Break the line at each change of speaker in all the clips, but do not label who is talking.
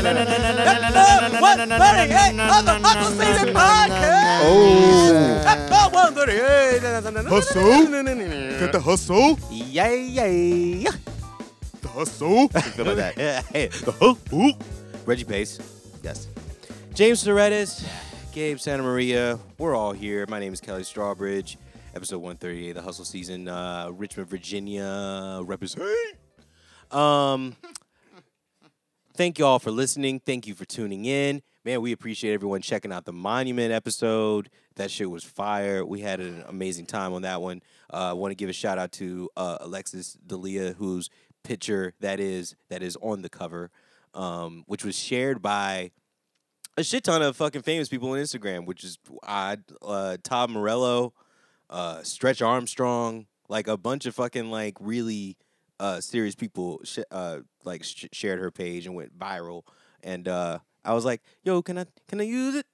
Oh.
Hustle? Cut the hustle.
Yeah, yeah, yeah.
The hustle.
Feel like that. Yeah.
The hustle.
Reggie Pace. Yes. James Soretis, Gabe Santa Maria. We're all here. My name is Kelly Strawbridge. Episode 138, the hustle season, uh, Richmond, Virginia. Represent. Um, thank y'all for listening. Thank you for tuning in. Man, we appreciate everyone checking out the Monument episode. That shit was fire. We had an amazing time on that one. Uh, I want to give a shout out to uh, Alexis D'Elia, whose picture that is that is on the cover, um, which was shared by a shit ton of fucking famous people on Instagram, which is odd. Uh, Todd Morello, uh, Stretch Armstrong, like a bunch of fucking like really uh, serious people sh- uh, like sh- shared her page and went viral. And uh, I was like, "Yo, can I can I use it?"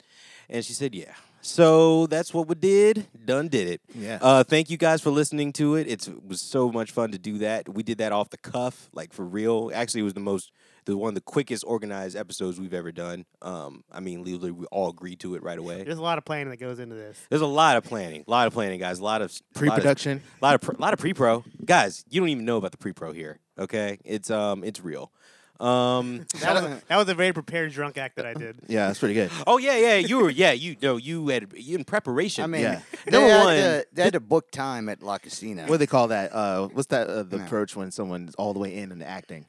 And she said, "Yeah." So that's what we did. Done did it.
Yeah.
Uh, thank you guys for listening to it. It's, it was so much fun to do that. We did that off the cuff, like for real. Actually, it was the most, the one of the quickest organized episodes we've ever done. Um, I mean, literally, we all agreed to it right away.
There's a lot of planning that goes into this.
There's a lot of planning, a lot of planning, guys. A lot of
Pre-production.
a lot of, pr- lot of pre-pro, guys. You don't even know about the pre-pro here. Okay, it's um, it's real. Um,
That was, a, that was a very prepared drunk act that I did.
Yeah, that's pretty good.
oh yeah, yeah, you were, yeah, you know, you had you in preparation.
I mean,
Yeah.
they,
Number
had
one-
to, they had to book time at La Casina.
What do they call that? Uh, what's that? Uh, the
No.
approach when someone's all the way in and acting.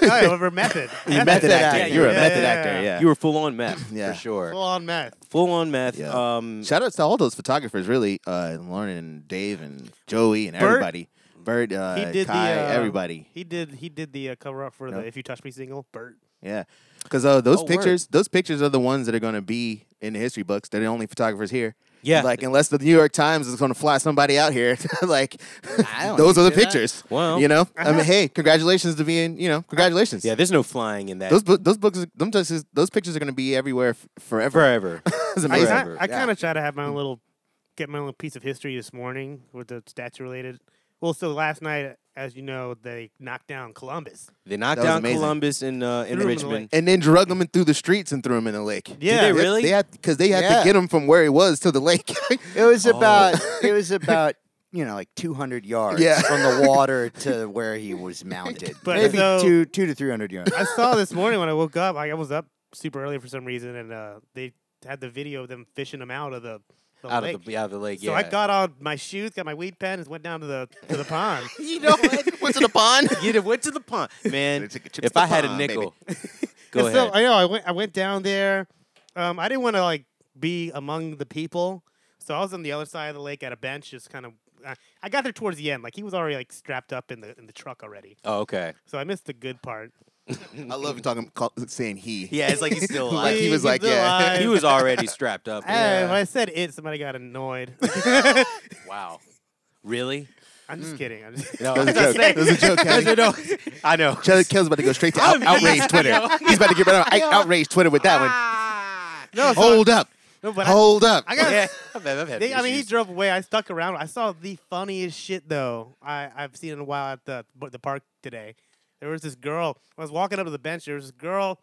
However, Oh, method.
Method,
method
acting.
acting.
You're a
Yeah,
method
yeah,
actor.
yeah.
Yeah.
you were full on meth
Yeah.
for sure.
Full on meth.
full on meth.
Yeah.
Um,
Shout outs to all those photographers, really. Uh, Lauren and Dave and Joey and
Bert.
everybody. Bert, uh,
He did
Kai,
the uh,
everybody.
He did he did the uh, cover up for
Yeah.
the "If You Touch Me" single. Bert.
Yeah, because uh,
Oh,
those
word.
pictures, those pictures are the ones that are going to be in the history books. They're the only photographers here.
yeah,
Like unless the New York Times is going to fly somebody out here, like
I don't
those are the
do that.
pictures.
Well. Uh-huh.
you know, I mean, hey, congratulations to being, you know, congratulations.
yeah. There's no flying in that.
those bu- those books, them just- those pictures are going to be everywhere f- forever.
forever.
it's
I,
amazing.
I,
Forever.
I
Yeah.
kind of try to have my
Mm.
own little get my own little piece of history this morning with the statue related. Well, so last night, as you know, they knocked down Columbus.
they knocked
That was
down
amazing.
Columbus in uh, in
Threw him in the
Richmond.
and then drug them in through the streets and threw them in the lake.
Yeah.
Did they really?
They had because they had to
Yeah.
get him from where he was to the lake.
It was
Oh.
about it was about you know like 200 yards
Yeah.
from the water to where he was mounted.
But
Maybe
so-
two two to 300 yards.
I saw this morning when I woke up. I, I was up super early for some reason, and uh, they had the video of them fishing him out of the, the
Out
lake.
of the out of the lake.
So
yeah.
I got on my shoes, got my weed pen, and went down to the to the pond.
you know, went to the pond.
You done went to the pond, man.
They took a trip
if
to the
I had a
pond,
nickel, go
And so,
ahead.
I know I went. I went down there. Um, I didn't want to like be among the people, so I was on the other side of the lake at a bench, just kind of. I, I got there towards the end. Like he was already like strapped up in the in the truck already,
oh, okay.
so I missed the good part.
I love him talking, call, saying he.
Yeah, it's like he's still
Like
alive.
he was
He's
like, yeah.
alive.
he was already strapped up.
Hey,
Yeah.
when I said it, somebody got annoyed.
Wow. Really?
I'm just kidding. I'm just,
No,
That was a
I was
joke. That was a joke.
I
Kelly.
know. I know.
Kelly- Kelly's about to go straight to out,
I'm-
outrage
I
Twitter.
know.
He's about to get rid of I- outrage Twitter with that one.
no, so
Hold up.
no, Ah. but I-
Hold up.
I got.
Yeah, I've, I've had
They, I mean, he
issues.
drove away. I stuck around. I saw the funniest shit though I, I've seen in a while at the bu- the park today. There was this girl. I was walking up to the bench. There was this girl.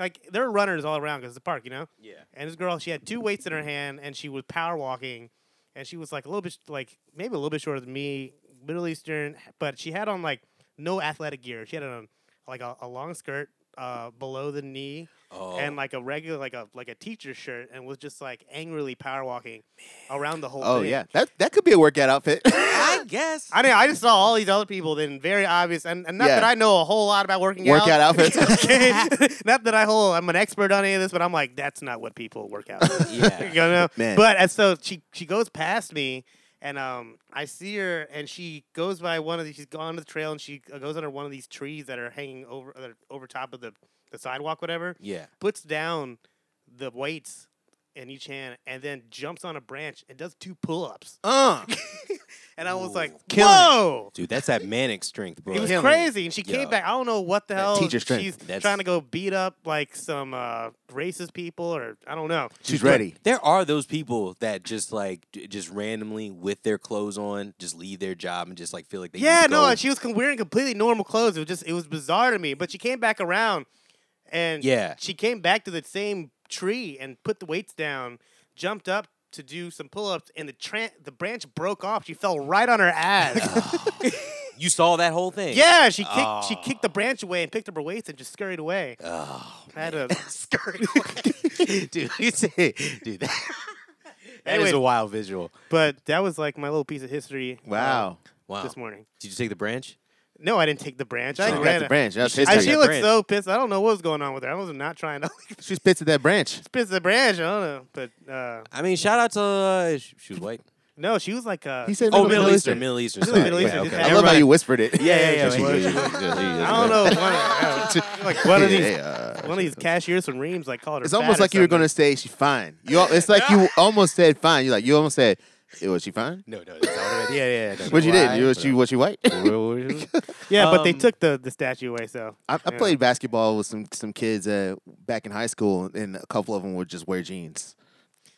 Like there are runners all around because it's a park, you know.
Yeah.
And this girl, she had two weights in her hand, and she was power walking, and she was like a little bit, sh- like maybe a little bit shorter than me, Middle Eastern, but she had on like no athletic gear. She had on like a, a long skirt uh, below the knee
Oh.
and like a regular like a like a teacher shirt and was just like angrily power walking around the whole
Oh
thing.
yeah, that that could be a workout outfit.
Oh. I guess.
I mean, I just saw all these other people then very obvious and, and not that
Yeah.
I know a whole lot about working
workout
out.
outfits.
Okay. not that I whole I'm an expert on any of this, but I'm like, that's not what people work out. with.
Yeah.
you know?
Man.
But and so she she goes past me and um I see her and she goes by one of these she's gone to the trail and she uh, goes under one of these trees that are hanging over that are over top of the, the sidewalk, whatever
Yeah.
puts down the weights in each hand and then jumps on a branch and does two pull ups.
Uh,
and I was like,
Killing it.
whoa.
Dude, that's that manic strength, bro.
It was
Killing it.
crazy, and she
Yeah.
came back. I don't know what the
That
hell
teacher strength.
she's
That's-
trying to go beat up like some uh, racist people, or I don't know.
She's ready.
There are those people that just like j- just randomly with their clothes on just leave their job and just like feel like they need
yeah,
to
no,
go.
and she was com- wearing completely normal clothes. It was just it was bizarre to me. But she came back around, and
Yeah.
she came back to the same tree and put the weights down, jumped up to do some pull-ups, and the tran the branch broke off. She fell right on her
Oh.
ass.
you saw that whole thing.
yeah, she kicked she
Oh.
kicked the branch away and picked up her weights and just scurried away.
Oh,
I had a
skirt. dude, you say, dude, that, that is
Anyway.
a wild visual.
But that was like my little piece of history. uh,
Wow.
Wow.
This morning.
Did you take the branch?
No, I didn't take the branch. I
She
ran
got the
a-
branch. That's
You should-
I,
Take
she
history.
that
looked
branch.
so pissed. I don't know what was going on with her. I was not trying to like,
She spits at that branch.
piss the branch. I don't know. But uh,
I mean, shout out to uh, sh- she was white.
no, she was like, uh,
He said
Oh, Middle Eastern, Middle Eastern.
Middle
sorry.
Middle
Yeah,
Eastern,
okay.
just
I love how
Everybody-
you whispered it.
Yeah, yeah, yeah,
She-
yeah.
she- she- she-
I don't know. One, I don't know, like one of these,
Yeah,
one of these cashiers from Reams like called her.
It's
fat
almost
or
like you were
something.
gonna say she's fine. You, al- it's like you almost said fine. You like you almost said, "Eh, was she fine?
No, no, that's all right. Yeah, yeah. yeah, no,
What
no,
you
why?
did? You, was she was she white?
Yeah, but they
Um,
took the the statue away. So
I, I
Yeah.
played basketball with some some kids uh, back in high school, and a couple of them would just wear jeans.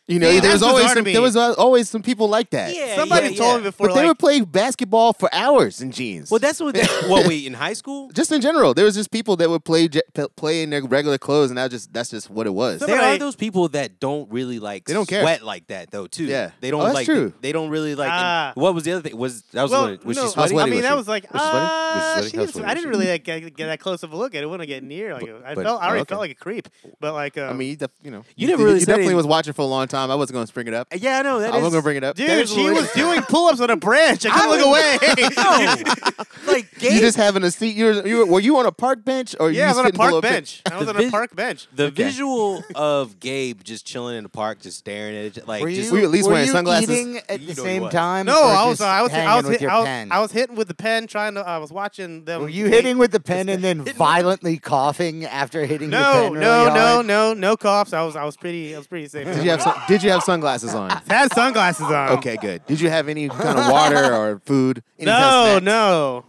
You know,
Yeah,
there was
that's
always
bizarre to
some,
me.
there was al- always some people like that.
Yeah,
somebody
yeah,
told
yeah.
me before,
but they
like,
would play basketball for hours in jeans.
Well, that's what. well, wait, in high school,
just in general, there was just people that would play j- p- play in their regular clothes, and that just that's just what it was.
Some-
there are
Somebody-
those people that don't really like.
They don't care.
sweat like that though. Too.
Yeah.
They don't
Oh, that's
like.
true.
They don't really like. and
Ah.
what was the other thing? Was that was
well,
what- was
no,
she sweaty?
I
sweaty?
mean,
Was
that
she-
was like,
was she sweaty? Was she
ah,
sweaty?
she
How
didn't-
sweaty
I
was
didn't
she?
really like, get, get that close of a look. I didn't want to get near. Like I
but-
felt, I already
okay.
felt like a creep. But like, um,
I mean, you, def- you know,
You never really
you
said
definitely
anything.
was watching for a long time. I wasn't going to bring it up.
yeah, I know that
I was
is-
going to bring it up. That
dude,
is
she
hilarious.
was doing pull-ups on a branch. I
I
couldn't look away.
no. like gay.
You just having a seat. You were, you were, were you on a park bench or you
Yeah, I was on a
sitting below
park
pit-
bench. I was
The
on a
vis-
park bench.
the visual of Gabe just chilling in the park, just staring at it, like
Were
just
you,
Were you at least
were
wearing
you
sunglasses?
eating at
You
the
know
same
what.
time?
No,
or
I was,
just
I was, I
hanging
was,
with
hit,
your
I was,
pen?
I was hitting with the pen, trying to. I was watching them.
Were you
play-
hitting with the pen and then violently coughing after hitting
No,
the pen?
no,
really
no,
hard?
no, no cops. I was, I was pretty, I was pretty safe.
Did you have sun- Did you have sunglasses on?
I had sunglasses on?
Okay, good. Did you have any kind of water or food? Any kind of snack?
No, no.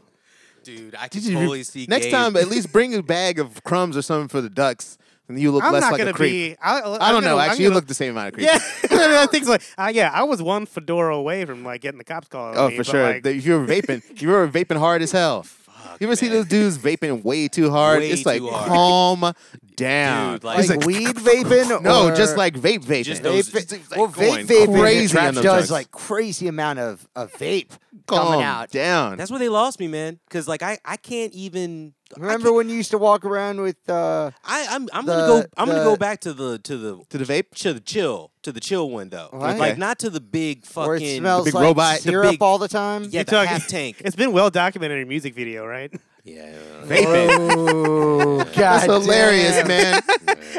dude, I can
Did you
totally see.
next
Gabe.
time? At least bring a bag of crumbs or something for the ducks, and you look
I'm
less
not
like
gonna
a creep.
be. I, I'm
I don't know.
gonna- I'm
Actually, you
gonna-
look the same amount of creep.
Yeah, I mean, I think so. Uh, yeah, I was one fedora away from like getting the cops called. on
Oh,
me,
for
but,
sure.
like,
The- If you were vaping, you were vaping hard as hell. you ever see
man.
those dudes vaping way too hard?
Way
it's like
too hard.
calm down.
Dude,
It's
Like, weed vaping?
no,
or-
just like vape vaping.
Just
Vape-
those-
well,
going
vape
crazy
vaping crazy
on them
does
drugs.
like crazy amount of, of vape
calm
coming out.
down.
That's where they lost me, man. Because like I, I can't even. I
Remember when you used to walk around with uh,
I, I'm I'm
The-
gonna go I'm gonna go
the-
back to the to the
to the vape.
to the chill to the chill one though.
Right.
Like
Okay.
not to the big fucking
where it smells
big
like
robot, the
syrup
big-
all the time?
yeah the
talking-
half tank
it's been well documented in a music video, right?
yeah.
Oh, God
That's hilarious,
damn.
man.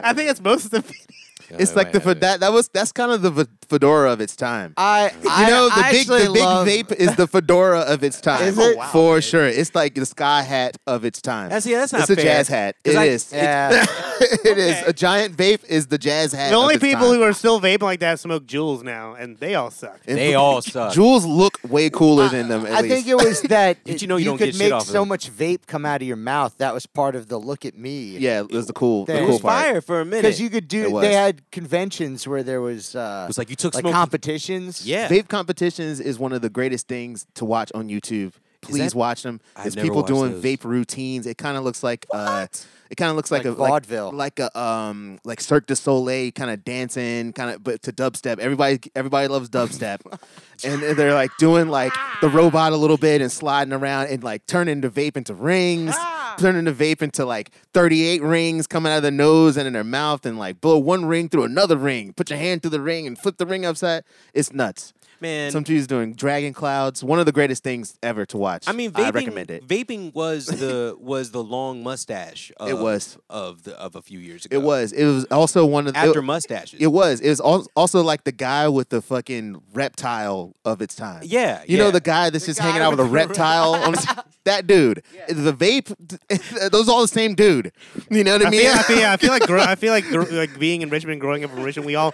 I think it's most of the. Video.
it's like the fe- that that was that's kind of the v- fedora of its time.
I,
You
I
know, the
I
big
actually
the big
love-
vape is the fedora of its time.
Is it? Oh, wow,
for sure? It's like the sky hat of its time.
That's yeah. That's not
it's a
fair.
jazz hat. It
'Cause I-
is.
Yeah.
It is. A giant vape is the jazz hat.
The only people
time.
who are still vaping like that smoke Jules now, and they all suck.
And
They
look-
all suck.
Jules look way cooler than them. At
I
least.
think it was that
Did you know you don't
could
get shit
make
off of
so
them?
much vape come out of your mouth. That was part of the look at me.
yeah, it was the cool, the
It
It
cool
was
part.
fire for a minute.
because you
it
could
It
do.
was.
They had conventions where there was uh,
was like you took
like
smoke.
competitions.
yeah.
Vape competitions is one of the greatest things to watch on YouTube. Please
that-
watch them.
I've
It's
never
people
watched
doing
those.
vape routines. It kind of looks like uh, it kind of looks like,
Like
a
vaudeville.
like, like a um like Cirque du Soleil kind of dancing kind of but to dubstep. Everybody everybody loves dubstep, and they're like doing like the robot a little bit and sliding around and like turning the vape into rings,
Ah.
turning the vape into like thirty eight rings coming out of their nose and in their mouth, and like blow one ring through another ring, put your hand through the ring and flip the ring upside. It's nuts.
man.
Some dude's doing Dragon Clouds. One of the greatest things ever to watch.
I mean, vaping,
I recommend it.
Vaping was the was the long mustache. Of,
It was.
of the of a few years ago.
It was. It was also one of the,
after
It,
mustaches.
it was. It was al- also like the guy with the fucking reptile of its time.
yeah,
You
yeah.
know the guy that's just hanging
guy
out with a
with the
reptile. on his, that dude. The vape. Those all the same dude. You know what I
I
mean?
feel, I feel, I feel like gro- I feel like gr- like being in Richmond, growing up in Richmond, we all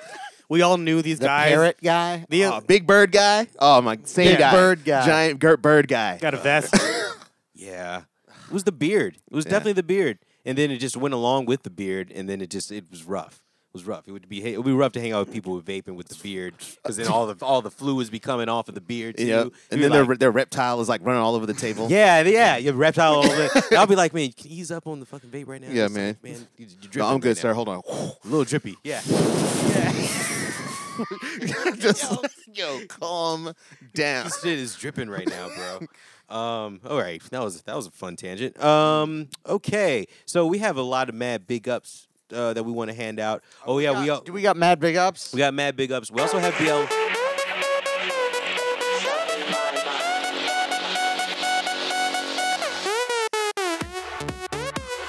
we all knew these
The
guys.
parrot guy.
The-
Oh, big bird guy. Oh my, same
Big
guy.
bird guy.
Giant gir- bird guy.
got a vest.
Yeah. It was the beard. It was
Yeah.
definitely the beard. And then it just went along with the beard and then it just it was rough. It was rough. It would be it would be rough to hang out with people with vaping with the beard because then all the all the flu was be coming off of the beard too.
Yeah.
You'd
And
be
then their
like,
their reptile is like running all over the table.
yeah, yeah, you reptile all over. it." I'll be like, man, can you ease up on the fucking vape right now.
Yeah,
It's like,
man.
man, you- you're
No,
dripping
I'm
right
good,
now."
sir. Hold on.
A little drippy. Yeah.
Just yo, calm down.
this shit is dripping right now, bro. Um, all right, that was that was a fun tangent. Um, okay, so we have a lot of mad big ups uh, that we want to hand out. Oh yeah, we all,
Do we got mad big ups?
we got mad big ups. We also have um, BL.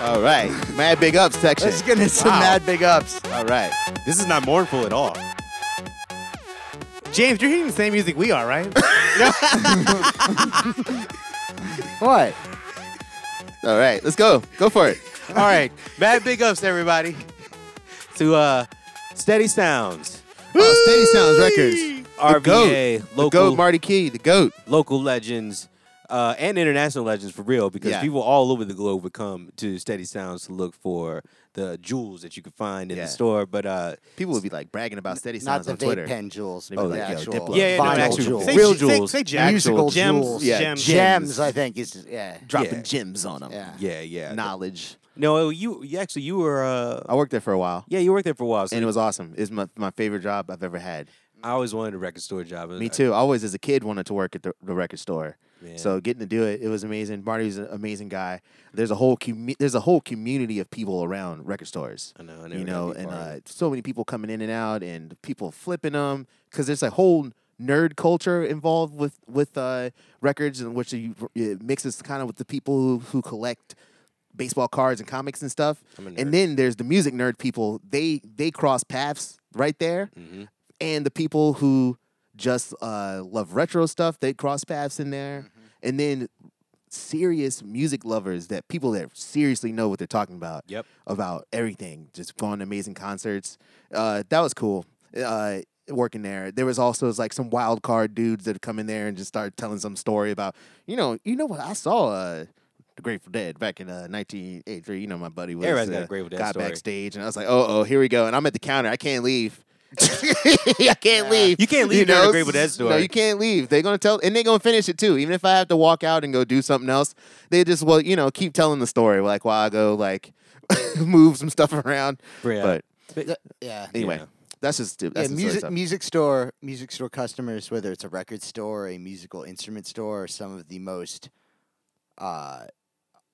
All right, mad big up section.
Let's get into some
Wow.
mad big ups.
All right,
This is not mournful at all.
James, you're hearing the same music we are, right?
What?
all right. Let's go. Go for it.
All right, mad big ups, everybody, to uh, Steady Sounds,
Oh, Steady Sounds Records. The goat.
RVA,
The
local
goat, Marty Key. The goat.
local legends uh, and international legends for real because
Yeah.
people all over the globe would come to Steady Sounds to look for the jewels that you could find in
Yeah.
the store. But uh,
People would be like bragging about Steady
Not
Sounds
the
on Twitter.
vape pen jewels.
Oh,
but the
like, yo,
actual
Diplo.
Yeah, yeah, no,
vinyl
actual-
jewels.
Say-
Real
say-
jewels.
Say, Jack.
Musical
gems.
jewels.
Yeah,
Gems.
Gems, I think. Is, yeah.
dropping
Yeah.
gems on them.
Yeah.
yeah, yeah,
Knowledge.
No, you you- actually you were uh,
I worked there for a while,
yeah you worked there for a while. So
and it was awesome. It's my, my favorite job I've ever had.
I always wanted a record store job.
Uh,
Me too. I always, as a kid, wanted to work at the, the record store.
Man.
So getting to do it, it was amazing. Marty's an amazing guy. There's a whole commu- there's a whole community of people around record stores.
I know. I never
you
got to
know,
be
and
part of
uh,
it.
so many people coming in and out, and people flipping them because there's a whole nerd culture involved with with uh, records, and which you, it mixes kind of with the people who, who collect baseball cards and comics and stuff.
I'm a nerd.
And then there's the music nerd people. They they cross paths right there,
Mhm.
and the people who just uh, love retro stuff they cross paths in there,
Mm-hmm.
and then serious music lovers that people that seriously know what they're talking about
Yep.
about everything, just going to amazing concerts. Uh, that was cool. Uh, working there, there was also like some wild card dudes that come in there and just start telling some story about, you know, you know what I saw. Uh, the Grateful Dead back in uh, 1983. You know, my buddy was
Everybody's got
uh,
a Grateful Dead
got
story.
backstage, and I was like, "Oh, oh, here we go!" And I'm at the counter. I can't leave. I can't leave.
You can't leave during a Grateful Dead
No,
story.
you can't leave. They're gonna tell, and they're gonna finish it too. Even if I have to walk out and go do something else, they just well, you know, keep telling the story. Like while I go, like move some stuff around.
Yeah.
But
Yeah.
anyway,
Yeah.
that's just that's just
yeah,
silly
music
stuff.
music store music store customers, whether it's a record store, a musical instrument store, are some of the most uh,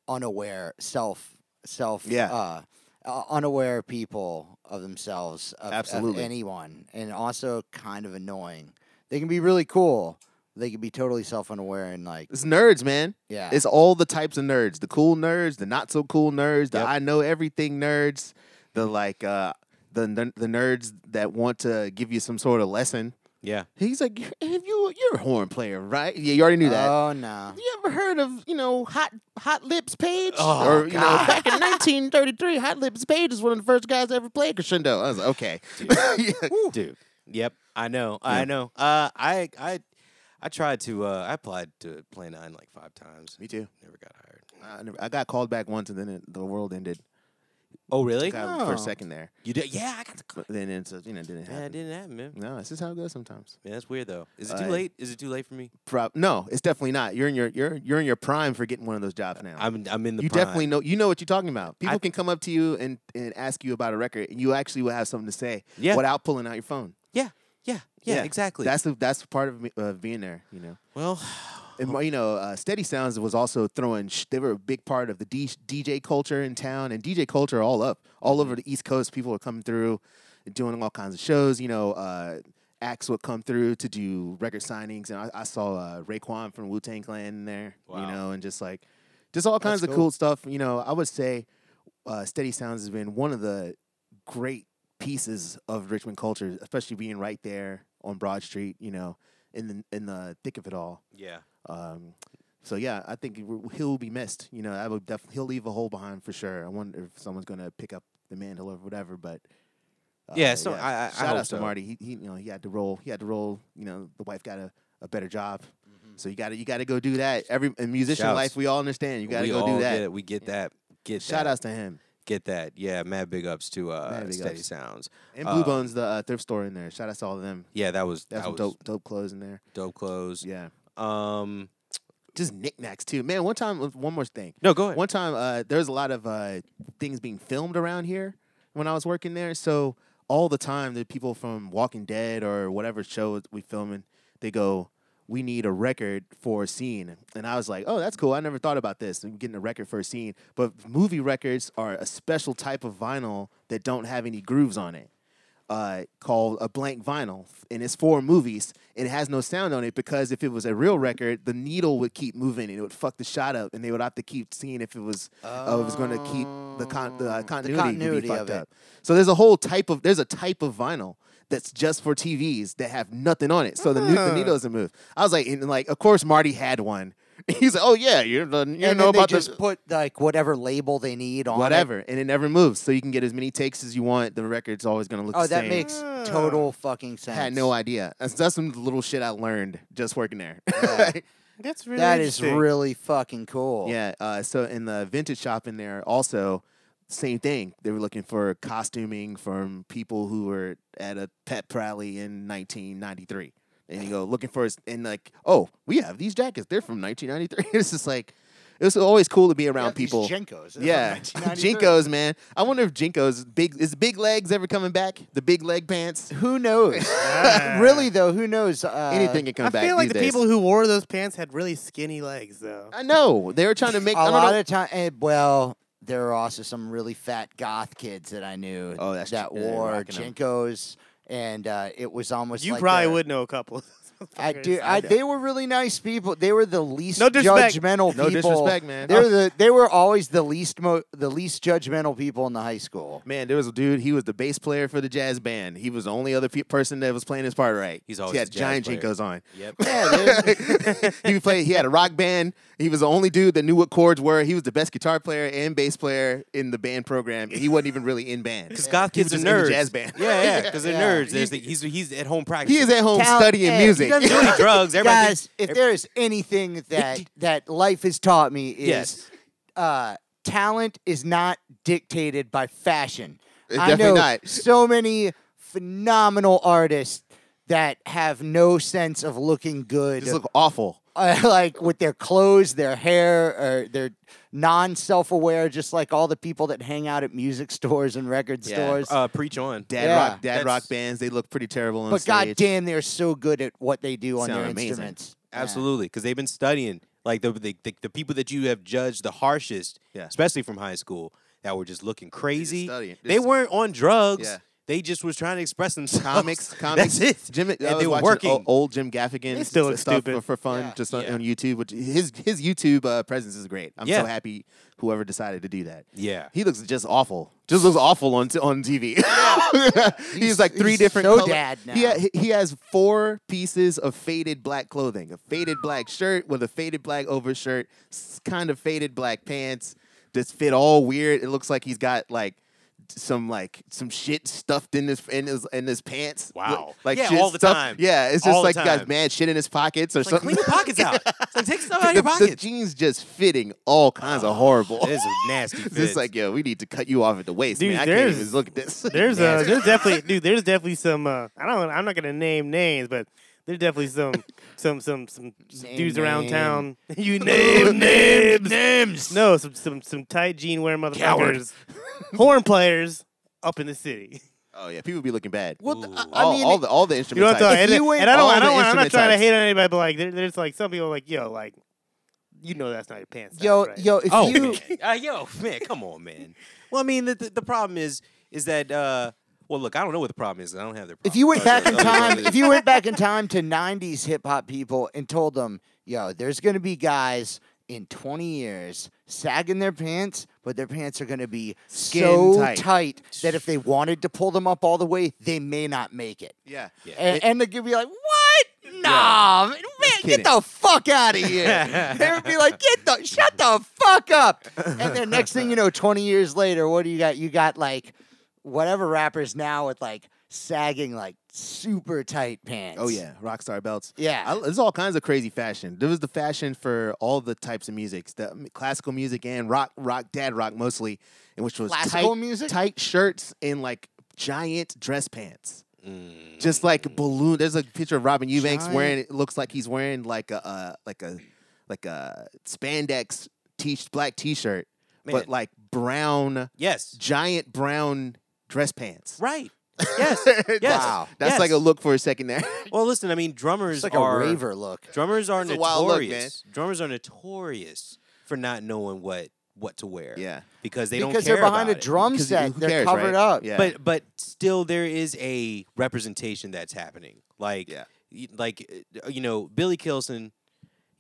unaware self self
Yeah.
uh, uh, unaware people of themselves of, of
Absolutely.
anyone, and also kind of annoying. They can be really cool. They can be totally self unaware and like
It's nerds, man.
yeah.
It's all the types of nerds: the cool nerds, the not so cool nerds, the
Yep.
I know everything nerds, the like uh, the the the nerds that want to give you some sort of lesson.
yeah.
He's like, "Have you you're a horn player, right? Yeah, you already knew that.
Oh no.
You ever heard of you know Hot Hot Lips Page?
Oh,
or you know,
God.
back in 1933, Hot Lips Page is one of the first guys to ever play crescendo. I was like, okay, Yeah.
dude. Yep, I know, I know. Uh, I I I tried to. Uh, I applied to Play Nine like five times.
Me too.
Never got hired.
I, never, I got called back once, and then it, the world ended.
Oh really?
Got For
Oh.
a second there,
You did? Yeah, I got the. call.
but then it's uh, you know didn't happen.
Yeah, it didn't happen, man.
No, this is how it goes sometimes.
Man, that's weird though. Is it
Uh,
too late? Is it too late for me?
Prob- no, it's definitely not. You're in your you're you're in your prime for getting one of those jobs now.
I'm I'm in the.
you
prime.
definitely know you know what you're talking about. People
I-
can come up to you and, and ask you about a record, and you actually will have something to say
Yeah.
without pulling out your phone.
Yeah, yeah, yeah, exactly.
That's the that's part of me, of being there. You know,
well,
and you know, uh, Steady Sounds was also throwing. Sh- they were a big part of the D- DJ culture in town, and DJ culture all up all over the East Coast. People were coming through, and doing all kinds of shows. You know. Uh, Acts would come through to do record signings, and I, I saw uh, Raekwon from Wu Tang Clan in there, you
Wow.
know, and just like, just all kinds
That's
of cool stuff. You know, I would say uh, Steady Sounds has been one of the great pieces of Richmond culture, especially being right there on Broad Street, you know, in the in the thick of it all.
yeah.
Um, so yeah, I think w- he'll be missed. You know, I would definitely he'll leave a hole behind for sure. I wonder if someone's gonna pick up the mantle or whatever, but uh,
Yeah, so I- I- I
shout
hope
out
so.
to Marty. He, he, you know, he had to roll. He had to roll. You know, the wife got a, a better job, so you got to you got to go do that. Every in musician
Mm-hmm. Shouts.
life, we all understand. You got to
we
go
all
do
Get
that.
it. We get that. Get
Shout
that.
outs to him
Get that. Yeah, mad big ups to uh,
Mad big
Steady
ups.
Sounds.
and
Uh,
Blue Bones, the uh, thrift store in there. Shout outs to all of them.
Yeah, that was
They have
that
some
was
dope dope clothes in there.
dope clothes.
Yeah,
Um,
just knickknacks too. Man, one time, one more thing.
no, go ahead.
One time, uh, there was a lot of uh, things being filmed around here when I was working there. So all the time, the people from Walking Dead or whatever show we filming, they go, "We need a record for a scene," and I was like, "Oh, that's cool. I never thought about this. and Getting a record for a scene." But movie records are a special type of vinyl that don't have any grooves on it uh, called a blank vinyl, and it's for movies. and It has no sound on it because if it was a real record, the needle would keep moving and it would fuck the shot up, and they would have to keep seeing if it was uh, it was going to keep the, con- the, uh, continuity, would be
continuity
fucked
of it.
up. So there's a whole type of there's a type of vinyl that's just for TVs that have nothing on it, so the, ne- the
Uh-huh.
needle doesn't move. I was like, and like of course Marty had one. He's like, oh yeah, you're the, you
and
know
then they
about this
just put like whatever label they need on it.
whatever, and it never moves, so you can get as many takes as you want. The record's always going to look.
Oh,
the
that
same.
makes
Ah.
total fucking sense.
Had no idea. That's, that's some little shit I learned just working there.
Yeah.
That's really
That is
interesting.
really fucking cool.
yeah. Uh, so in the vintage shop in there, also same thing. They were looking for costuming from people who were at a pet rally in 1993, and you go looking for us, and like, oh, we have these jackets. They're from 1993. it's just like it was always cool to be
Yeah,
around
these
people.
Jenkos. They're from
Yeah,
1993.
Jinkos, man. I wonder if Jinkos big is big legs ever coming back? The big leg pants.
Who knows?
Ah.
really though, who knows? Uh,
Anything can come
I
back.
feel like
these
the
days.
people who wore those pants had really skinny legs, though.
I know they were trying to make
A
I don't know-
lot of time. And, well, there were also some really fat goth kids that I knew.
Oh, that's
that
true. Yeah, they're
wore
rocking 'em.
jinkos, and uh, it was almost
You
like
probably
a-
would know a couple. Of those
I
motherfuckers.
do. I, they were really nice people. They were the least
No disrespect.
judgmental
No
people.
disrespect, man.
They were the. They were always the least mo- the least judgmental people in the high school.
Man, there was a dude. He was the bass player for the jazz band. He was the only other pe- person that was playing his part right.
He's always
he had
the jazz
giant
player.
jinkos on.
Yep.
he played. He had a rock band. He was the only dude that knew what chords were. He was the best guitar player and bass player in the band program. He wasn't even really in band.
Because goth
He was
kids are
just in
nerds.
the jazz band.
Yeah, yeah. Because they're
Yeah.
nerds. There's the, he's he's at home practicing.
He is at home
Cal-
studying
hey,
He
music.
doesn't do any drugs. Everybody
Guys,
thinks-
if there is anything that that life has taught me is
Yes.
uh, talent is not dictated by fashion.
It's
I
definitely
know
not.
so many phenomenal artists that have no sense of looking good,
Just look awful.
uh, like with their clothes, their hair, or their non-self-aware, just like all the people that hang out at music stores and record
Yeah,
stores.
Oh,
Uh, preach on.
Dad
Yeah.
rock, dad
That's-
rock bands. They look pretty terrible on
but
stage.
goddamn, they're so good at what they do on
Sound
their
amazing.
instruments. Yeah.
Absolutely, because they've been studying. Like the, the, the, the people that you have judged the harshest,
Yeah.
especially from high school, that were just looking crazy.
studying.
They
Just-
weren't on drugs.
Yeah.
They just was trying to express themselves.
comics, comics.
That's it.
Jim, I
And
was
they were
watching Oh,
working.
o- old Jim Gaffigan
They still look
stuff
stupid.
for, for fun,
Yeah.
just on,
Yeah.
on YouTube. Which his his YouTube uh, presence is great. I'm
Yeah.
so happy whoever decided to do that.
Yeah.
he looks just awful. Just looks awful on t- on TV. he's,
He's-
like three
he's
different.
so
color-
dad
He
now.
ha- he has four pieces of faded black clothing: a faded black shirt with a faded black overshirt, s- kind of faded black pants. Just fit all weird. It looks like he's got like some like some shit stuffed in his in his in his pants.
Wow.
Like
Yeah,
shit
all the
stuff-
time.
Yeah, it's just
All the
like he got
time.
mad shit in his pockets or
Like,
something.
clean your pockets out. It's like take stuff out of
the,
your
the
pockets.
jeans just fitting all kinds of horrible.
It is a nasty.
It's just
fits.
like, yo, we need to cut you off at the waist,
Dude,
man. I can't
there's-
even look at this.
There's uh, there's definitely dude. There's definitely some. Uh, I don't. I'm not gonna name names, but there's definitely some some some some, some
Name
dudes around
name.
town. you name names names. No, some some some tight jean wearing motherfuckers, horn players up in the city.
oh yeah, people be looking bad.
Well, th-
Ooh.
I- I
all,
mean,
all the all the
You know
instrument
what I'm talking?
types.
And,
If you
and
ain't
I don't.
all
I
the
don't. I'm not
instrument
trying to
types.
hate on anybody, but like there, there's like some people like yo like. You know that's not your pants. size,
yo,
right?
yo, if
Oh,
you
man. Uh, yo, man, come on, man. Well, I mean, the, the, the problem is, is that, uh, well, look, I don't know what the problem is. I don't have their problem.
if you went
Okay,
back in
other than
time,
that-
if you went back in time to '90s hip hop people and told them, yo, there's gonna be guys in 20 years sagging their pants, but their pants are gonna be
Skin
so
tight.
tight that if they wanted to pull them up all the way, they may not make it.
Yeah.
Yeah.
And, and they'd be like, "What? Nah, man,
kidding.
get the fuck out of here!" they would be like, "Get the shut the fuck up!" And then next thing you know, twenty years later, what do you got? You got like whatever rappers now with like sagging like super tight pants.
Oh yeah, rock star belts.
Yeah.
I, there's all kinds of crazy fashion. There was the fashion for all the types of music, the m- classical music and rock, rock, dad rock mostly, and which was
Classical
tight,
music?
tight shirts and like giant dress pants,
Mm.
just like balloon. There's a picture of Robin Eubanks
Giant-
wearing. It looks like he's wearing like a uh, like a like a spandex t black t-shirt,
Man.
but like brown
yes.
giant brown dress pants.
Right. Yes. yes.
Wow.
That's
yes.
like a look for a second there.
Well, listen. I mean, drummers
It's like
are
a raver look.
drummers are
It's a
notorious.
wild look, man.
Drummers are notorious for not knowing what what to wear.
yeah.
Because they don't
because
care
they're behind
about
a
it.
drum
'Cause
set.
who
They're
cares,
covered
right?
up.
Yeah.
But but still, there is a representation that's happening. Like
Yeah.
y- like uh, you know, Billy Kilson.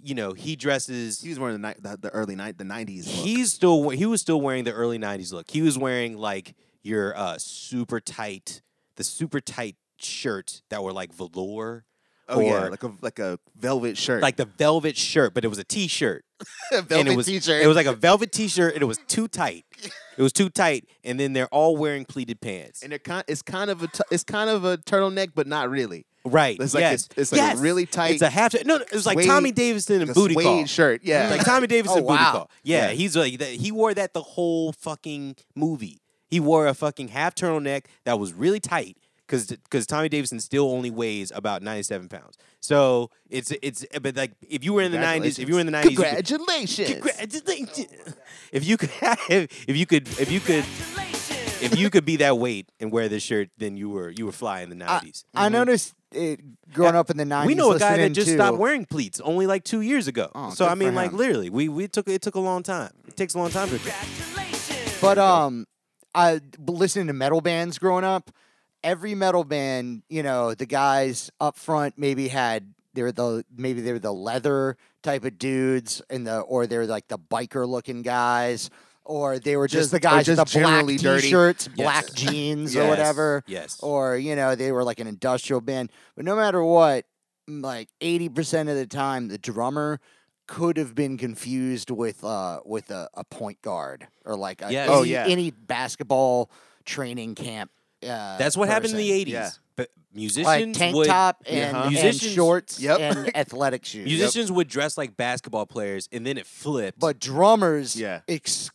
You know, he dresses.
He was wearing the ni- the, the early night the nineties.
He's still we- he was still wearing the early '90s look. He was wearing like your uh, super tight, the super tight shirt that were like velour,
oh yeah,
or-
like a like a velvet shirt,
like the velvet shirt, but it was a t-shirt.
a
and it was
t-shirt.
it was like a velvet t-shirt, and it was too tight. It was too tight, and then they're all wearing pleated pants.
and they're kind, it's kind of a t- it's kind of a turtleneck, but not really.
right?
It's like a-
yes.
it's like a
yes.
really
It's
tight
a half. No, no, it was like
suede-
Tommy Davidson and
Like a
booty
suede
call.
shirt, yeah.
It's like Tommy Davidson
Oh,
booty
wow.
call. Yeah,
Yeah.
he's like that. He wore that the whole fucking movie. He wore a fucking half turtleneck that was really tight because because Tommy Davidson still only weighs about ninety seven pounds. So it's it's but like if you were in the nineties, if you were in the nineties,
congratulations.
if you could if, if you could if you could if you could be that weight and wear this shirt, then you were you were fly in the nineties.
I noticed it growing up in the nineties.
we know a guy that
listening
just
to-
stopped wearing pleats only like two years ago.
Oh,
so I
good for
mean, like
him.
literally, we we took it took a long time. It takes a long time to.
But um, I listening to metal bands growing up. Every metal band, you know, the guys up front maybe had they were the maybe they were the leather type of dudes, and the or they were like the biker looking guys, or they were
Just-
just, the
or
guys
just
with the black
generally dirty.
t-shirts,
Yes.
black jeans, or
Yes,
whatever,
Yes.
or you know they were like an industrial band. But no matter what, m- like eighty percent of the time, the drummer could have been confused with uh with a, a point guard or like a,
Yes.
any,
Oh,
yeah.
any basketball training camp. Uh,
That's what happened in the
person.
eighties.
Yeah.
But musicians
Like tank
would
top
Yeah,
and,
huh.
and
Musicians-
shorts
Yep.
and athletic shoes.
musicians would dress like basketball players, and then it flipped.
But drummers
Yeah.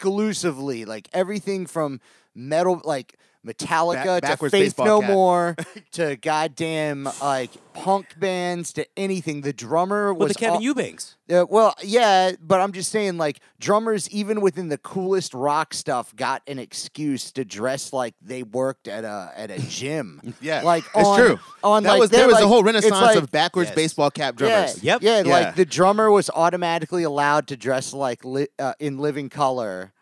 exclusively, like everything from metal, like Metallica to
backwards
Faith
baseball
No
cap.
More to goddamn like punk bands to anything. The drummer
with
was
the Kevin
all-
Eubanks.
Uh, well, yeah, but I'm just saying, like, drummers, even within the coolest rock stuff, got an excuse to dress like they worked at a at a gym.
Yeah,
like
it's
on,
true.
On
that
like,
was
they're
there was
like-
a whole
it's
renaissance
like-
of backwards
Yes.
baseball cap drummers.
Yeah,
Yep.
yeah,
Yeah.
like the drummer was automatically allowed to dress like li- uh, in living color,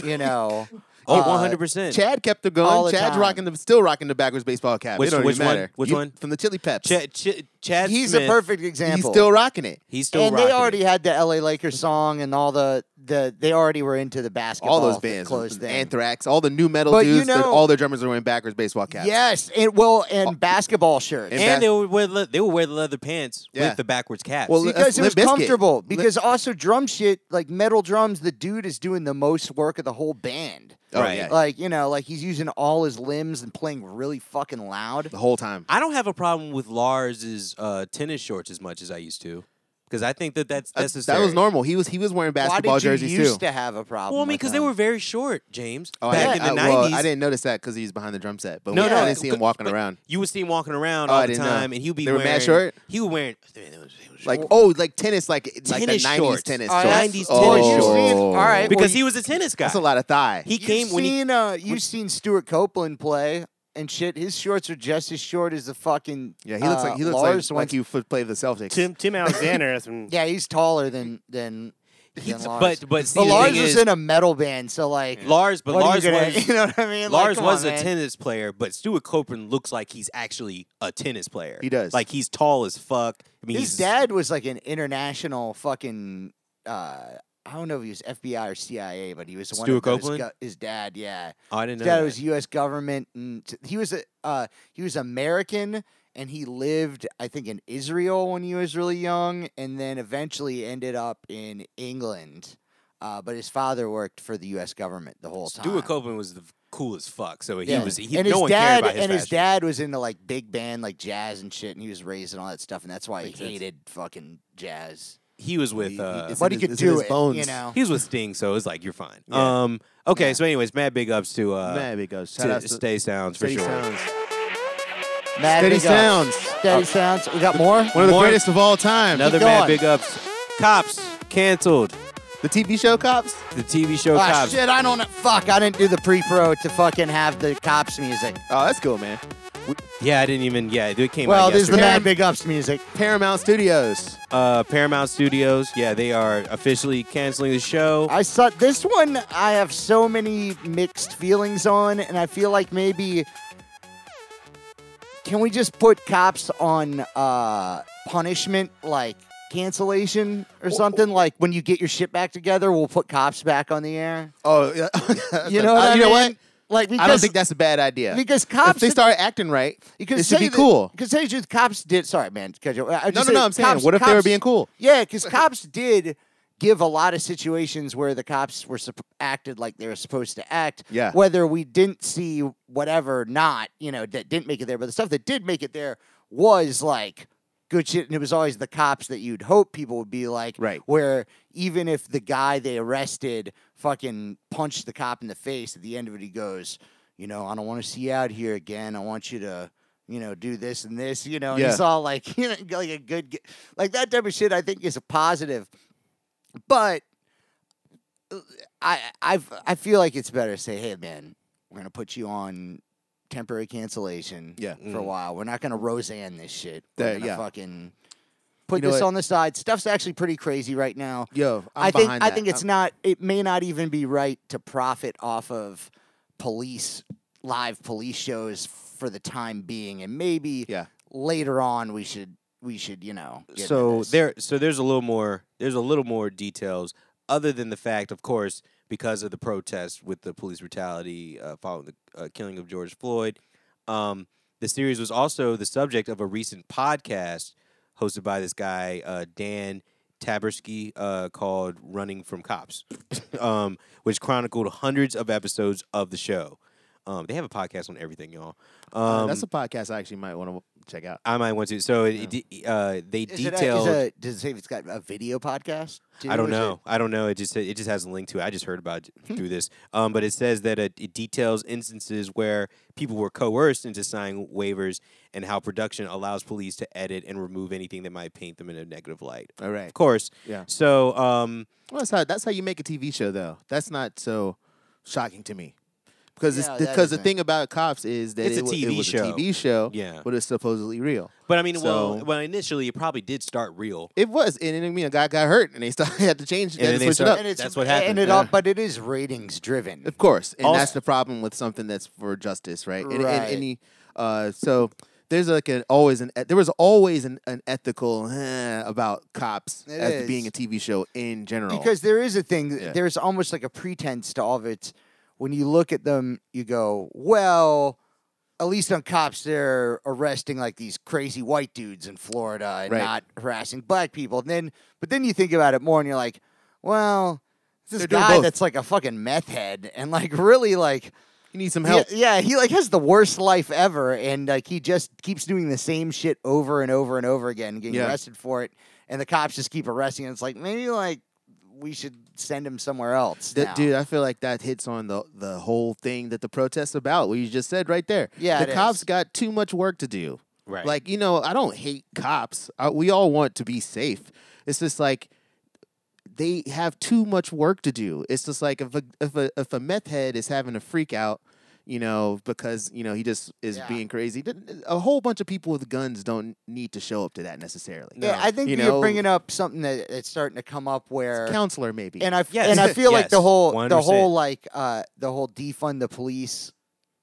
you know.
Oh,
uh,
100 percent.
Chad kept it
All
going.
the
Chad's
time.
rocking the still rocking the backwards baseball cap.
Which-
it don't
which
even
one?
matter.
Which
You-
one?
from the Chili Peps?
Chad, Ch- Chad
He's
Smith,
a perfect
He's
example.
still rocking it.
He's still
and
rocking
they
it.
already had the L.A. Lakers song and all the the they already were into the basketball.
All those
the
bands,
clothes thing.
Anthrax, all the new metal
But you
dudes, they're-
know-
all their drummers are wearing backwards baseball caps.
Yes, and well, and basketball shirts.
And
and
bas-
they would wear le- they would wear the leather pants
Yeah.
with the backwards caps.
Well, That's
because it
Limp
was
Bizkit.
comfortable.
Lim-
Because also drum shit, like metal drums, the dude is doing the most work of the whole band.
Oh,
Right.
yeah.
Like you know, like he's using all his limbs and playing really fucking loud.
the whole time.
I don't have a problem with Lars's uh, tennis shorts as much as I used to, because I think that that's
That's-
necessary.
that was normal. He was he was wearing basketball
Why did you
jerseys
used
too.
to have a problem?
Well, I mean,
because
because they were very short, James.
Oh,
back
I,
in
didn't-
the
I- well,
nineties,
I didn't notice that because he was behind the drum set. But
No,
we-
no,
I didn't see
c-
him walking
but
around.
you would see him walking around
Oh,
all
I
the
didn't know.
time, and he would be
They were
wearing.
mad short?
He would wearing. man, they was- they was
Like
short.
oh, like tennis, like like the
Tennis shorts.
nineties tennis
All right,
shorts.
that's-
90s
oh,
tennis
shorts. All right,
because
well,
he was a tennis guy.
that's a lot of thigh.
He
You've
came
seen,
when he.
uh, you've seen Stuart Copeland play and shit. His shorts are just as short as the fucking.
yeah, he looks like
uh,
he looks
Lars
like
ones.
like you foot play the Celtics.
Tim Tim Alexander from
Yeah, he's taller than than. than
He's-
Lars.
but but see,
But
the
Lars
thing
was
is,
in a metal band, so like
Lars, but
what are
Lars
you gonna-
was
you know what I mean? Like,
Lars
come
was
on,
a
man.
tennis player, but Stuart Copeland looks like he's actually a tennis player.
He does.
Like he's tall as fuck. I mean,
His
he's
dad was like an international fucking. Uh, I don't know if he was FBI or CIA, but he was one
Stuart
of those
Copeland?
go- his dad, yeah,
Oh, I didn't
his
know.
dad
that.
was U.S. government, and t- he was a uh, he was American, and he lived, I think, in Israel when he was really young, and then eventually ended up in England. Uh, but his father worked for the U.S. government the whole time.
Stuart Copeland was the cool as fuck. So he
Yeah.
was he,
and
no
his
one
dad
cared about his
and his
fashion.
dad was into like big band like jazz and shit, and he was raised and all that stuff, and that's why
Makes
he
sense.
hated fucking jazz.
He was with
He- he-
uh,
it's
but
in his-
he could
it's in
do
his
it, you
bones.
know.
he was with Sting, so it's like you're fine.
Yeah.
Um, okay,
Yeah.
so anyways, mad big ups to uh,
Man, big ups. Shout
to
out to
Stay Sounds for
Steady
sure.
Sounds.
Mad
Steady
big ups.
Sounds.
Steady sounds. We got more.
One of the
Oh. More-
greatest of all time.
Another
Keep
mad
going.
big ups. Cops canceled.
the TV show Cops.
The TV show
Ah,
Cops.
shit, I don't know. Fuck, I didn't do the pre-pro to fucking have the cops music.
Oh, that's cool, man.
Yeah, I didn't even. Yeah, it came
Well,
out
there's the
yesterday.
Mad Big Ups music.
Paramount Studios.
uh, Paramount Studios. Yeah, they are officially canceling the show.
I saw this one. I have so many mixed feelings on, and I feel like maybe can we just put cops on uh, punishment, like cancellation or something? Like when you get your shit back together, we'll put cops back on the air.
Oh, yeah.
You know what
Uh,
I
you know what?
mean? Like because,
I don't think that's a bad idea.
because
if
cops
they started acting right,
Because
it should
say
be
that-
cool.
Because say just cops did. Sorry, man. to cut you- I
No,
just
no,
said
no. I'm saying,
cops-
what if they were
cops-
being cool?
Yeah, because cops did give a lot of situations where the cops were supp- acted like they were supposed to act.
Yeah.
Whether we didn't see whatever, not you know that didn't make it there, but the stuff that did make it there was like good shit, and it was always the cops that you'd hope people would be like.
Right.
Where even if the guy they arrested fucking punched the cop in the face, at the end of it he goes, you know, I don't want to see you out here again. I want you to. You know, do this and this. You know, and
Yeah.
it's all like you know, like a good, g- like that type of shit. I think is a positive, but uh, I I I feel like it's better to say, hey man, we're gonna put you on temporary cancellation
Yeah.
for a while. We're not gonna Roseanne this shit. We're
There-
gonna
yeah.
fucking put
know
this
what?
on the side. Stuff's actually pretty crazy right now.
Yo, I'm
I think
behind
I
that.
think it's
I'm-
not it may not even be right to profit off of police live police shows for the time being and maybe
Yeah.
later on we should we should, you know. get into
so
this.
there so there's a little more there's a little more details other than the fact of course because of the protests with the police brutality uh, following the uh, killing of george floyd um, the series was also the subject of a recent podcast hosted by this guy uh, dan tabersky uh, called running from cops um, which chronicled hundreds of episodes of the show um, they have a podcast on everything y'all um,
Uh, that's a podcast I actually might want to check out.
i might want to so it, it- uh, they
Is it a- is
detailed
it- does it say if it's got a video podcast? too,
I don't
is it?
know. I don't know. It just it just has a link to it. I just heard about
Hmm.
it through this. Um, but it says that it, it details instances where people were coerced into signing waivers and how production allows police to edit and remove anything that might paint them in a negative light.
Uh,
All right.
Of course.
Yeah.
So um,
Well, that's how that's how you make a TV show, though. That's not so shocking to me because
Yeah,
it's
that
because the
isn't.
thing about cops is that
It's a
it, wa- it
TV
was
show.
a TV show,
Yeah.
but it's supposedly real.
but I mean, well,
So-
well, initially it probably did start real.
It was, and, and I mean, a guy got hurt, and they started had to change,
And
they had
then
to
they
switch it
start-
up.
And it's,
That's what
And
happened.
it
Yeah.
all, but it is ratings driven.
Of course, and
Also-
that's the problem with something that's for justice, right? And, and
Right.
any, uh, so there's like an always an there was always an, an ethical eh, about cops
It
as
is.
being a TV show in general.
Because there is a thing.
Yeah.
There's almost like a pretense to all of it. When you look at them, you go, "Well, at least on cops, they're arresting like these crazy white dudes in Florida and
Right.
not harassing black people." And then, but then you think about it more, and you're like, "Well." This
They're doing
guy
both.
that's like a fucking meth head and like really like
you need some
Yeah,
help.
Yeah, he like has the worst life ever, and like he just keeps doing the same shit over and over and over again, getting
Yeah.
arrested for it, and the cops just keep arresting. him. It's like maybe like we should send him somewhere else.
Th-
now.
dude, I feel like that hits on the the whole thing that the protest's about. What you just said right there.
Yeah,
the
it
cops
is.
got too much work to do.
Right.
Like you know, I don't hate cops. I, we all want to be safe. It's just like they have too much work to do. It's just like if a if a if a meth head is having a freak out, you know, because you know he just is
Yeah.
being crazy. th- A whole bunch of people with guns don't need to show up to that necessarily.
No.
yeah, I think
you
you
know,
are bringing up something that it's starting to come up where
Counselor maybe.
and I f-
Yes.
and I feel like the
Yes.
whole the
100%.
whole like uh the whole defund the police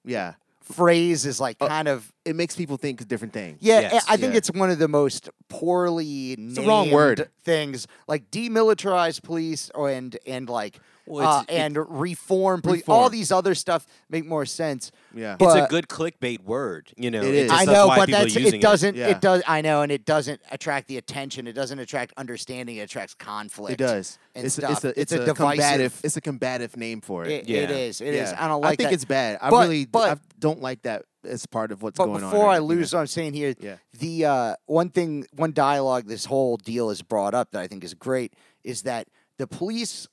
yeah,
phrase is like
Uh,
kind of
it makes people think different things.
Yeah,
Yes.
I think
Yeah.
it's one of the most poorly named
the wrong word.
things, like demilitarized police or and and like
Well,
uh,
it's- it-
and reform, police. All
Reform.
these other stuff make more sense.
Yeah.
But-
it's a good clickbait word. You know,
It
it's
is.
just
I
that's
know,
why
but
people are
that's
using
it doesn't. It,
Yeah.
does. I know, and it doesn't attract the attention. It doesn't attract understanding. It attracts conflict.
It does.
and
it's,
stuff.
A, it's a, it's, a,
divisive-
combative. It's a combative name for it.
It,
Yeah.
it is. It is.
Yeah.
I don't like
I think
that.
it's bad. I
But-
really
but-
I don't like that as part of what's
but
going on.
before
right
I
now.
lose what I'm saying here,
Yeah.
the uh, one thing, one dialogue this whole deal is brought up that I think is great is that the police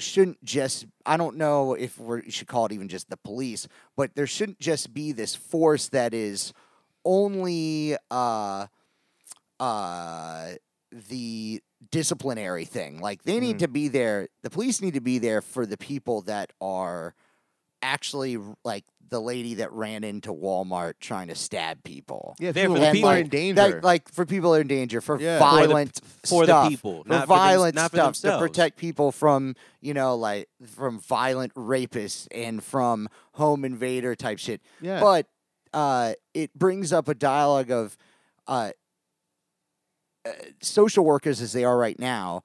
shouldn't just, I don't know if we're, we should call it even just the police, but there shouldn't just be this force that is only uh, uh, the disciplinary thing. Like they need
Mm.
Mhm.
to be there, the police need to be there for the people that are actually r- like the lady that ran into Walmart trying to stab people.
yeah,
There
people,
for the
people are
people.
in danger.
That, like for people that are in danger, for
Yeah. For the-
violent
for the
stuff,
people,
for
not for them-
violent
not for
stuff to
themselves.
protect people from you know like from violent rapists and from home invader type shit.
yeah.
But uh, it brings up a dialogue of uh, uh, social workers as they are right now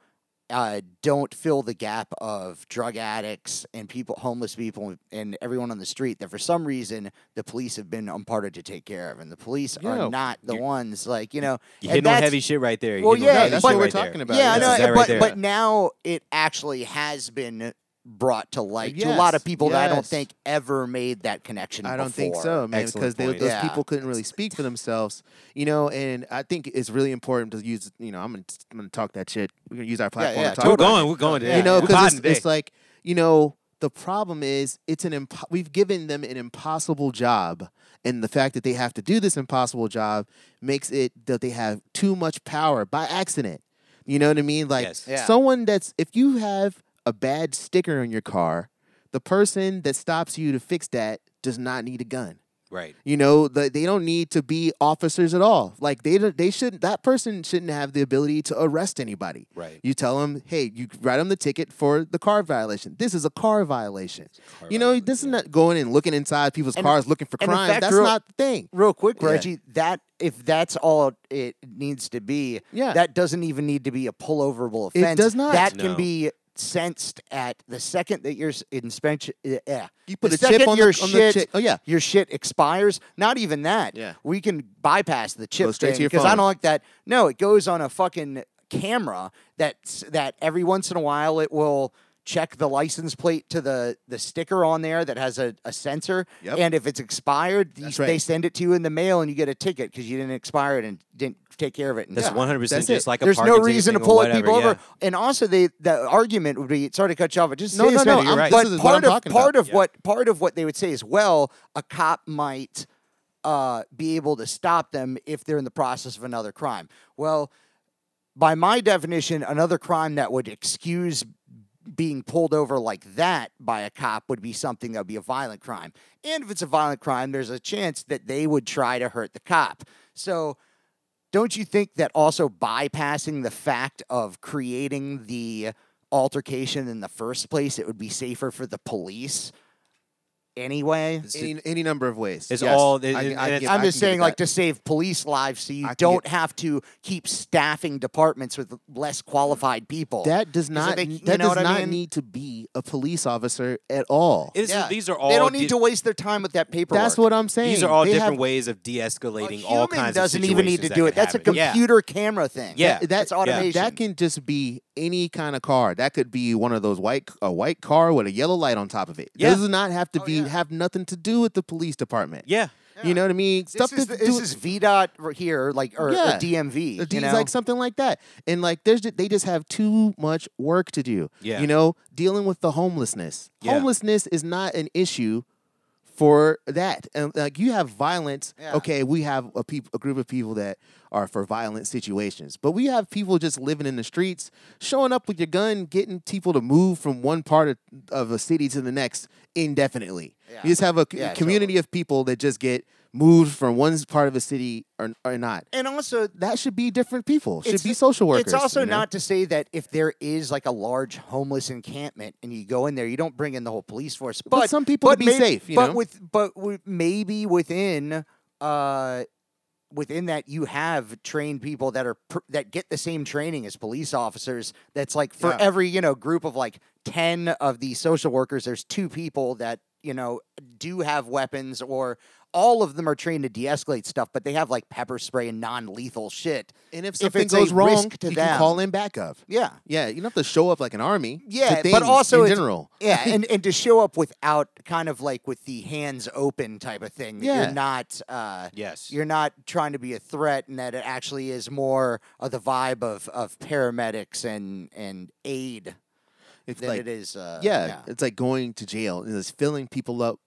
uh, don't fill the gap of drug addicts and people, homeless people, and everyone on the street that for some reason the police have been imparted to take care of, and the police
Yeah.
are not the
You're-
ones like you know.
You
and
hitting on
that's-
heavy shit right there. You're
Well,
hitting on
yeah,
heavy
that's
shit
what we're
right there.
talking about.
yeah, I
it.
know,
That
but
right there.
but now it actually has been brought to light to a lot of
Yes,
people that I don't
yes.
think ever made that connection.
I don't think
before.
so, man,
Excellent
because they,
point.
those
Yeah.
people couldn't really speak for themselves, you know. And I think it's really important to use, you know, I'm gonna, I'm gonna talk that shit. We're gonna use our platform
yeah,
to talk
We're
about it.
going. We're going to
Yeah.
you know,
we're
because
potting
it's, it's
today.
like you know the problem is it's an imp- we've given them an impossible job, and the fact that they have to do this impossible job makes it that they have too much power by accident. You know what I mean? Like
Yes.
Yeah.
someone that's if you have a bad sticker on your car, the person that stops you to fix that does not need a gun.
right.
You know, the, they don't need to be officers at all. Like they don't- they shouldn't. That person shouldn't have the ability to arrest anybody.
Right.
You tell them, hey, you write them the ticket for the car violation. This is a car violation.
car
you know,
violation,
this is
yeah.
not going and looking inside people's
And-
cars looking for
and in
crime.
fact,
That's
real-
not the thing.
real quick,
Yeah.
Reggie, that if that's all it needs to be,
Yeah.
that doesn't even need to be a pulloverable
It
offense.
does not.
That
No.
can be sensed at the second that your s- inspection, uh, yeah,
You put
the
a chip
second
on the,
your
on the
shit-
chip. Oh yeah,
your shit expires. Not even that.
Yeah.
we can bypass the chip
Go straight to your
because I
phone.
don't like that. No, it goes on a fucking camera that's that every once in a while it will check the license plate to the the sticker on there that has a, a sensor
Yep.
and if it's expired you,
That's
they
right.
send it to you in the mail and you get a ticket because you didn't expire it and didn't take care of it in
That's
time.
one hundred percent
That's it.
just like a
There's no
parking ticket
reason to
thing or
pull
whatever,
people over.
yeah.
And also, they the argument would be sorry to cut you off. But just
No,
say this
no, no,
minute,
You're
I'm-
right.
But
this is what I'm
part of
talking about.
part of
Yeah.
what part of what they would say is well, a cop might uh, be able to stop them if they're in the process of another crime. Well, by my definition, another crime that would excuse being pulled over like that by a cop would be something that would be a violent crime. And if it's a violent crime, there's a chance that they would try to hurt the cop. So don't you think that also bypassing the fact of creating the altercation in the first place, it would be safer for the police anyway?
It's-
any, any number of ways.
It's
Yes.
all- it-
I-
it-
I
it's-
give- I can
I'm just
give
saying,
it
like,
that.
to save police lives, so you
I can
don't
get-
have to keep staffing departments with less qualified people.
that does not
they-
n-
you
that
know
does
what I
not
mean?
need to be a police officer at all.
This is-
Yeah.
These are all.
they don't need
di-
to waste their time with that paperwork.
That's what I'm saying.
These are all
They have-
different ways of de-escalating all
human
kinds of
doesn't even need to
situations that
do it.
could
That's a
happen. Yeah.
computer camera thing.
Yeah.
That- that's
That-
automation.
That can just be any kind of car. That could be one of those white a white car with a yellow light on top of it.
Yeah.
This does not have to
Oh,
be
yeah.
have nothing to do with the police department.
Yeah.
You know what I mean?
this
to
is, the-
do
this
with-
is VDOT r- here, like or, or
Yeah.
DMV.
it's
you know?
like something like that. And like there's ju- they just have too much work to do.
Yeah.
You know, dealing with the homelessness.
Yeah.
Homelessness is not an issue for that. And like you have violence.
Yeah.
Okay, we have a peop- a group of people that are for violent situations. But we have people just living in the streets, showing up with your gun, getting people to move from one part of, of a city to the next indefinitely.
Yeah.
You just have a c-
Yeah,
community of people that just get moved from one part of a city or, or not
and also,
that should be different people. Should
It's-
be social workers.
it's also
you know?
not to say that if there is like a large homeless encampment and you go in there, you don't bring in the whole police force. But,
But some people to
but
be
maybe-
safe, you
but
know?
with but with, maybe within uh, within that you have trained people that are pr- that get the same training as police officers that's like for
Yeah.
every you know group of like 10 of the social workers there's two people that you know do have weapons or all of them are trained to de-escalate stuff but they have like pepper spray and non-lethal shit
And if
If
something
it's a
goes wrong,
risk to
you
them.
can call in backup.
yeah
Yeah, you don't have to show up like an army. to
Yeah, but
things
also
in
it's-
general.
yeah and, and to show up without kind of like with the hands open type of thing that
Yeah.
you're not uh
Yes.
you're not trying to be a threat and that it actually is more of the vibe of, of paramedics and, and aid
It's
than
like
it is. Uh,
yeah, it's like going to jail and just filling people up,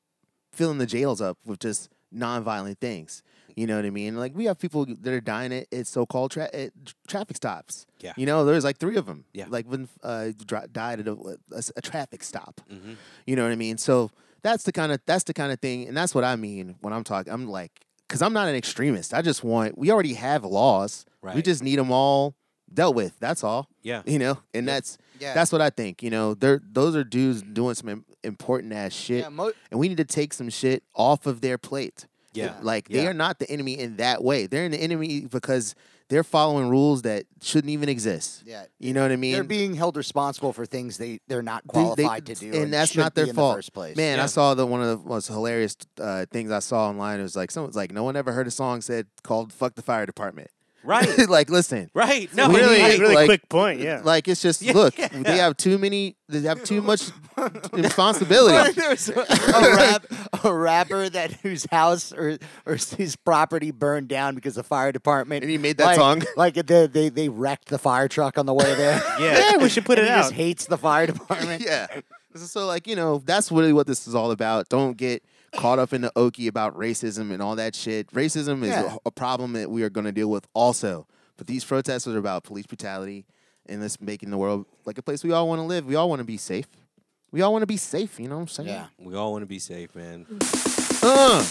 filling the jails up with just nonviolent things. You know what I mean? Like we have people that are dying at, at so-called tra- at tr- traffic stops.
Yeah.
You know, there's like three of them.
Yeah.
Like when uh, dri- died at a, a s- a traffic stop.
hmm
You know what I mean? So that's the kind of that's the kind of thing, and that's what I mean when I'm talking. I'm like, because I'm not an extremist. I just want we already have laws. We
Right.
just need them all dealt with. That's all.
Yeah.
You know, and
Yeah.
that's
Yeah. Mm-hmm.
that's what I think. You know, they're those are dudes doing some im- important ass shit,
yeah, mo-
and we need to take some shit off of their plate.
Yeah.
Like they
Yeah.
are not the enemy in that way. They're in the enemy because they're following rules that shouldn't even exist.
yeah.
You know what I mean?
They're being held responsible for things they, they're not
Dude, they-
qualified to do.
and that's
should
not their
be in
fault.
the first place.
Man,
Yeah.
I saw the one of the most hilarious uh, things I saw online. It was like someone's like, no one ever heard a song said called "fuck the fire department."
Right.
like, listen,
right. No.
Really,
I-
Like-
really
like-
quick point. Yeah.
like it's just
Yeah.
look, they have too many, they have too much responsibility.
There's a, a, rap, a rapper that whose house or, or his property burned down because the fire department
And he made that
like-
song.
Like they, they they wrecked the fire truck on the way there.
Yeah.
we should put
and
it
he
out.
just hates the fire department.
yeah. So like you know, that's really what this is all about. Don't get caught up in the okey about racism and all that shit. Racism is
Yeah.
a, a problem that we are going to deal with also. But these protests are about police brutality and this making the world like a place we all want to live. We all want to be safe. We all want to be safe. You know what I'm saying?
Yeah.
We all want to be safe, man.
Uh,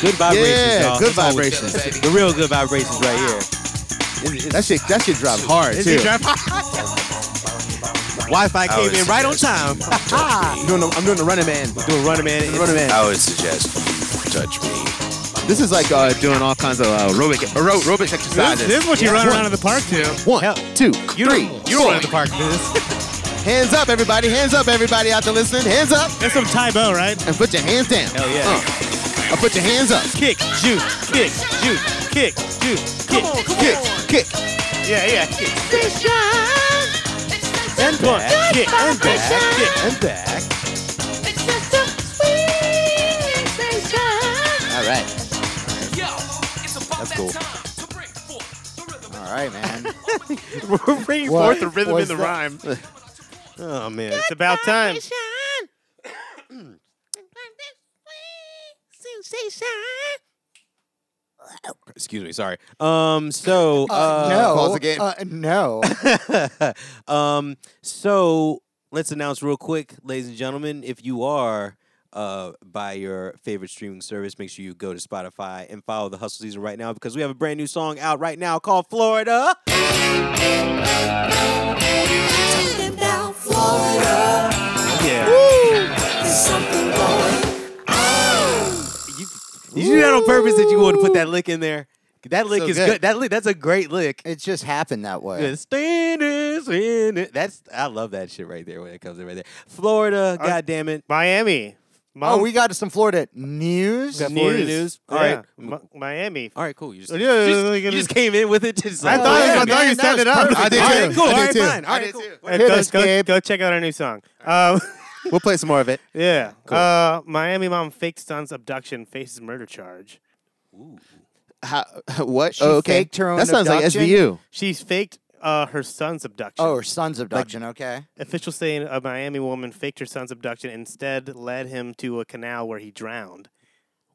Good vibrations,
Yeah,
y'all.
good
It's always-
vibrations.
The real good vibrations right here.
that shit. That shit dropped hard
Is
too.
it drop- Wi-Fi came in right on time.
I'm, doing the, I'm doing the running man.
Doing Running Man.
Running man.
I would suggest you touch me.
This is like uh, doing all kinds of uh, aerobic, aero- aerobics
This,
exercises.
this is what you run around in the park to.
One, two,
You
three.
don't, you don't run in the park to this.
Hands up, everybody. Hands up, everybody out there listening. Hands up
That's some Tybo, right?
and put your hands down.
Hell yeah.
Uh, uh, put your hands up.
Kick, shoot, kick, shoot, kick, shoot, kick.
Kick, kick.
Yeah, yeah, kick.
And
And punch, kick, and back, kick.
And back. All right.
That's
cool.
All right, man.
Oh,
We're bringing
What
forth the rhythm
was
and the
that?
rhyme.
Oh man.
It's about time.
Excuse me. Sorry. Um. So.
Uh,
Uh,
no.
pause the game.
Uh, no.
um, so let's announce real quick, ladies and gentlemen, if you are uh, by your favorite streaming service, make sure you go to Spotify and follow the Hustle Season right now because we have a brand new song out right now called Florida.
Yeah.
You, you did that on purpose that you want to put that lick in there. That lick
So
is
good.
good. That lick, that's a great lick.
It just happened that way.
The stand is in it. That's I love that shit right there when it comes in right there. Florida, goddammit. god damn it.
Miami.
Oh,
Mom-
we got some Florida news.
Got Florida news. All right.
Mi- Miami.
All right, cool. You just,
Yeah, yeah,
you just-
yeah,
you
yeah.
just came in with it. Just
I
like,
thought,
yeah,
I
man.
thought you set it up.
I did
All
too.
right, cool.
I
All
did
right,
too.
fine. All
I
right,
did
cool.
too.
All right,
Hey, Uh, go,
us,
go,
Gabe.
go check out our new song. Um,
We'll play some more of it.
yeah. Uh, Miami mom fakes son's abduction, faces murder charge.
How, what?
She
oh, okay.
faked her own
that sounds
abduction?
like SVU.
She's faked uh, her son's abduction.
Oh, her son's abduction. okay.
Officials saying a Miami woman faked her son's abduction, instead led him to a canal where he drowned.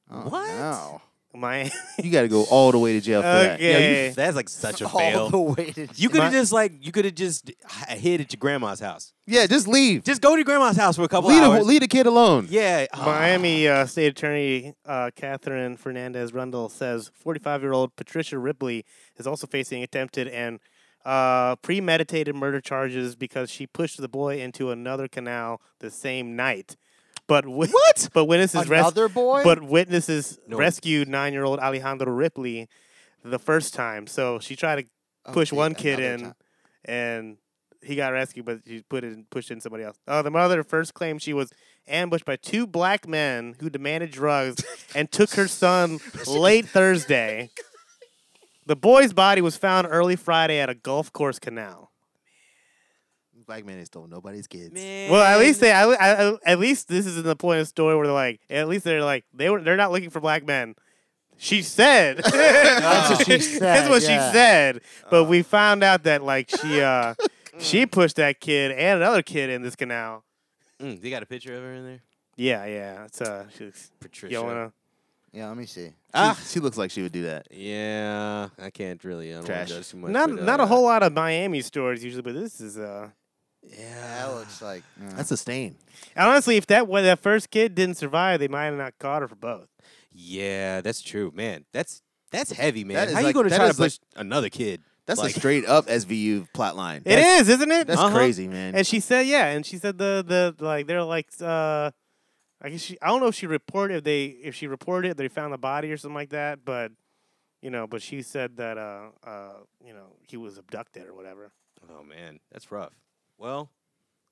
Oh,
What?
No.
Miami.
You got to go all the way to jail for that.
Yeah, you-
Okay.
that's like such a
All the
fail.
way to
You could
My-
have just like you could have just h- hid at your grandma's house.
Yeah, just leave.
Just go to your grandma's house for a couple
leave, the,
hours.
leave the kid alone.
yeah, oh,
Miami uh, State Attorney uh, Catherine Fernandez Rundle says 45 year old Patricia Ripley is also facing attempted and uh, premeditated murder charges because she pushed the boy into another canal the same night. But wi-
What?
But witnesses res-
Another boy?
But witnesses
No.
rescued nine-year-old Alejandro Ripley the first time. So she tried to push
Okay,
one kid
Oh, another
in,
time.
and he got rescued, but she put in pushed in somebody else. Oh, the mother first claimed she was ambushed by two black men who demanded drugs and took her son late Thursday. The boy's body was found early Friday at a golf course canal.
Black man ain't stole nobody's kids.
Well, at least they, I, I, I- at least this is in the point of the story where they're like, at least they're like, they were, they're not looking for black men. She said, that's
what she
That's
said,
what
yeah.
she said.
Uh,
Oh.
But we found out that like she, uh,
Mm.
she pushed that kid and another kid in this canal.
Mm, they got a picture of her in there.
Yeah, yeah. It's uh, she's
Patricia.
Yelena.
Yeah, let me see.
Ah, she looks like she would do that.
Yeah, I can't really. I don't wanna
Trash.
judge too much.
Not,
but,
not
uh,
a whole lot of Miami stories usually, but this is uh.
Yeah,
That
Oh,
looks like
That's a stain.
Honestly, if that when that first kid didn't survive, they might have not caught her for both.
yeah, that's true, man. That's that's heavy, man.
That is
How you
like-
going to
that
try to
is like-
push another kid?
That's
Like-
a straight up SVU plot line.
It
that's,
is, isn't it?
That's
Uh-huh.
crazy, man.
And she said, yeah, and she said the the like they're like uh I guess she I don't know if she reported if they if she reported it, they found the body or something like that, but you know, but she said that uh uh you know, he was abducted or whatever.
Oh man, that's rough. Well,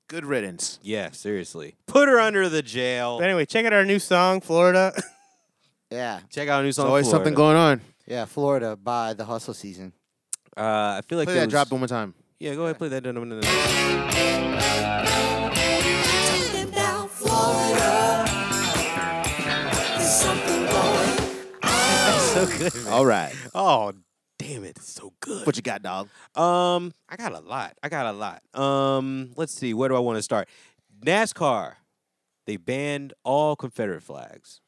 Good riddance.
yeah, seriously, put her under the jail.
But anyway, check out our new song, Florida.
yeah,
Check out a new
There's
song.
always
Florida.
something going on.
yeah. Florida by the hustle season.
Uh, I feel like
Play
there
that
was-
drop one more time.
Yeah, go ahead, play that. No, no, no, no.
Talking about Florida. There's something going
so good. man.
All right.
Oh, damn it, it's so good.
What you got, dog?
Um, I got a lot. I got a lot. Um, let's see. Where do I want to start? NASCAR. They banned all Confederate flags.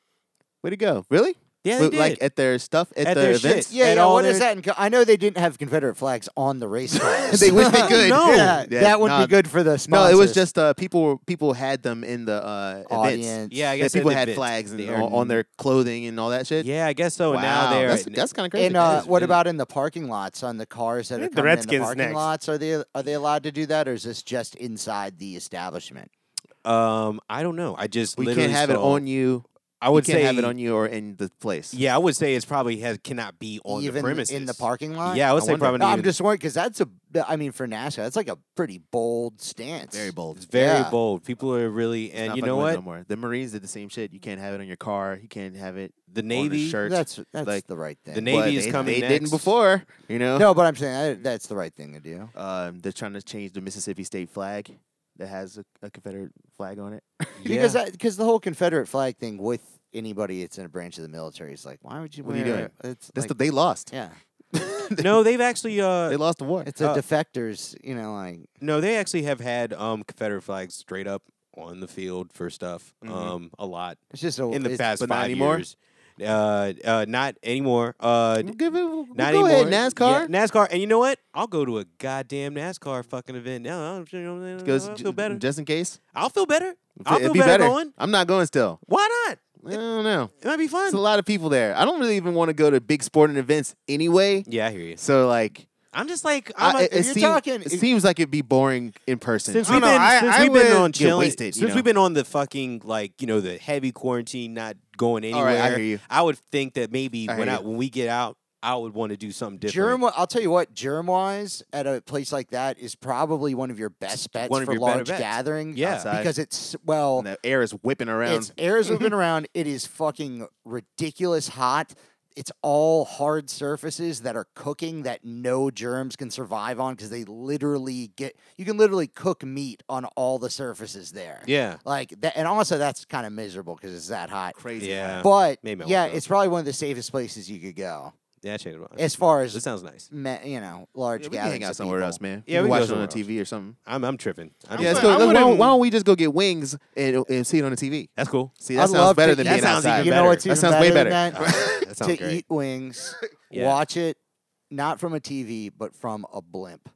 Way to go. Really?
Yeah,
Wait, Like at their stuff, at,
At
the
their
events?
shit.
Yeah,
And
yeah.
all
What is
their-
that? In, co- I know they didn't have Confederate flags on the race cars.
They wish they could.
no,
Yeah,
yeah, that would
nah.
be good for the
No,
sponsors.
it was just uh, people. People had them in the uh, events.
audience.
Yeah, I
Yeah,
guess
people
at
had
events,
flags
they
and
are-
on, on their clothing and all that shit.
Yeah, I guess so.
wow.
Now they're
that's, that's kind of crazy.
And uh,
is
what
really-
about in the parking lots on the cars that
I
are
think the
coming in
Redskins
the parking
next.
lots? Are they are they allowed to do that, or is this just inside the establishment?
um, I don't know. I just
we
literally
can't have it
saw-
on you.
I would
you can't
say
have it on you or in the place.
Yeah, I would say it's probably has cannot be on
Even
the premises
in the parking lot?
Yeah, I would
I
say
wonder.
probably.
No, I'm
even-
just worried because that's a. I mean, for NASA, that's like a pretty bold stance.
Very bold.
it's very
yeah.
bold. People are really
It's
and
not
you
fucking
know
with
what?
No more. The Marines did the same shit. You can't have it on your car. You can't have it
The
on a
Navy.
shirt.
That's that's
Like,
the right thing.
the
But
Navy is
they-
coming
They
next.
didn't before. You know.
no, but I'm saying that, that's the right thing to do.
Um, they're trying to change the Mississippi state flag that has a, a Confederate flag on it.
Because
Yeah.
because the whole Confederate flag thing with anybody that's in a branch of the military is like, why would you?
What are you
wear
doing?
it? It's
That's
like-
the, they lost.
yeah.
no, they've actually uh,
They lost the war.
It's a
Uh,
defectors, you know, like
No, they actually have had um, Confederate flags straight up on the field for stuff
Mhm.
um, a lot
it's just a,
in the
it's-
past
but
five
not anymore?
years. Uh, uh, not anymore. Uh,
We'll give it- we'll
not
go
anymore.
ahead, NASCAR.
Yeah, NASCAR. And you know what? I'll go to a goddamn NASCAR fucking event now. I'll, I'll,
Goes
I'll
ju-
feel better.
Just in case.
I'll feel better. I'll
It'd
feel
be
better, going.
I'm not going still.
Why not?
I don't know.
It might be
There's a
fun.
lot of people there. I don't really even want to go to big sporting events anyway.
Yeah, I hear you.
So like,
I'm just like I'm
I,
a,
it, it
you're
seem-
talking-
it seems like it'd be boring in person.
since
I
we've
don't
been
know, I-
since
I
we've been
would
on
get
chilling
wasted, you
since
know?
we've been on the fucking like you know the heavy quarantine, not going
All
anywhere.
right, I hear you.
I would think that maybe
I
when
hear
I,
you.
when we get out, I would want to do something different.
germ. I'll tell you what, germ wise, at a place like that is probably one of your best bets
One of
for
your better
large
bets.
gatherings.
Yeah.
Outside.
because it's well,
and the air is whipping around.
It's air's moving around. It is fucking ridiculous hot. It's all hard surfaces that are cooking that no germs can survive on because they literally get you can literally cook meat on all the surfaces there.
yeah,
Like that, and also that's kind of miserable because it's that hot.
crazy.
yeah.
But
Maybe I won't
yeah,
go.
it's probably one of the safest places you could go
yeah, check it out.
as far
This
as
sounds nice.
me, you know
Yeah,
large
we can
gatherings.
hang out
of
somewhere
people.
else, man.
Yeah, we
can
can
watch
go
it on the
somewhere
TV or something.
I'm I'm tripping. I'm
Yeah, let's
tripping.
go.
I
Why don't,
wouldn't-
why don't we just go get wings and, and see it on the TV?
That's cool.
See,
I
that sounds
love
better
to-
than
that
being
sounds
outside.
even
You know what's
That
even
sounds
better
way
than
better.
that?
that sounds
to
great.
eat wings,
Yeah.
watch it not from a TV but from a blimp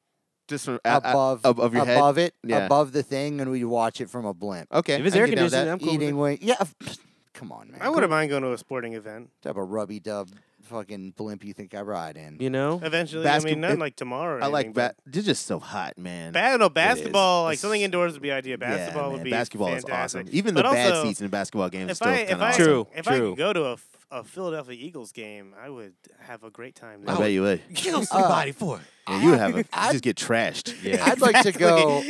Just from out- out-
above
above your head?
above it
Yeah.
above the thing, and we watch it from a blimp.
Okay.
If it's
I can
air
get down with that.
conditioned, I'm cool. with it.
Eating wing, yeah. Come on, man.
I wouldn't mind going to a sporting event.
have a rubby dub. fucking blimp you think I ride in.
You know?
Eventually, I
Basket-
mean, not
it-
like tomorrow. Or
I like
anything,
that. They're just so hot, man.
but Ba- no, basketball, like
It's-
something indoors would be ideal.
Yeah,
Basketball
man,
would be
basketball
fantastic.
is awesome. Even
But
the bad
also,
seats in a basketball game is
If
still
I
kind
if
of
I
awesome.
True,
if I
true.
could go to a, f- a Philadelphia Eagles game, I would have a great time.
I
there.
bet you would.
Kill somebody for it.
Yeah, you would have a, you
I-
just get trashed.
Yeah.
I'd like to go.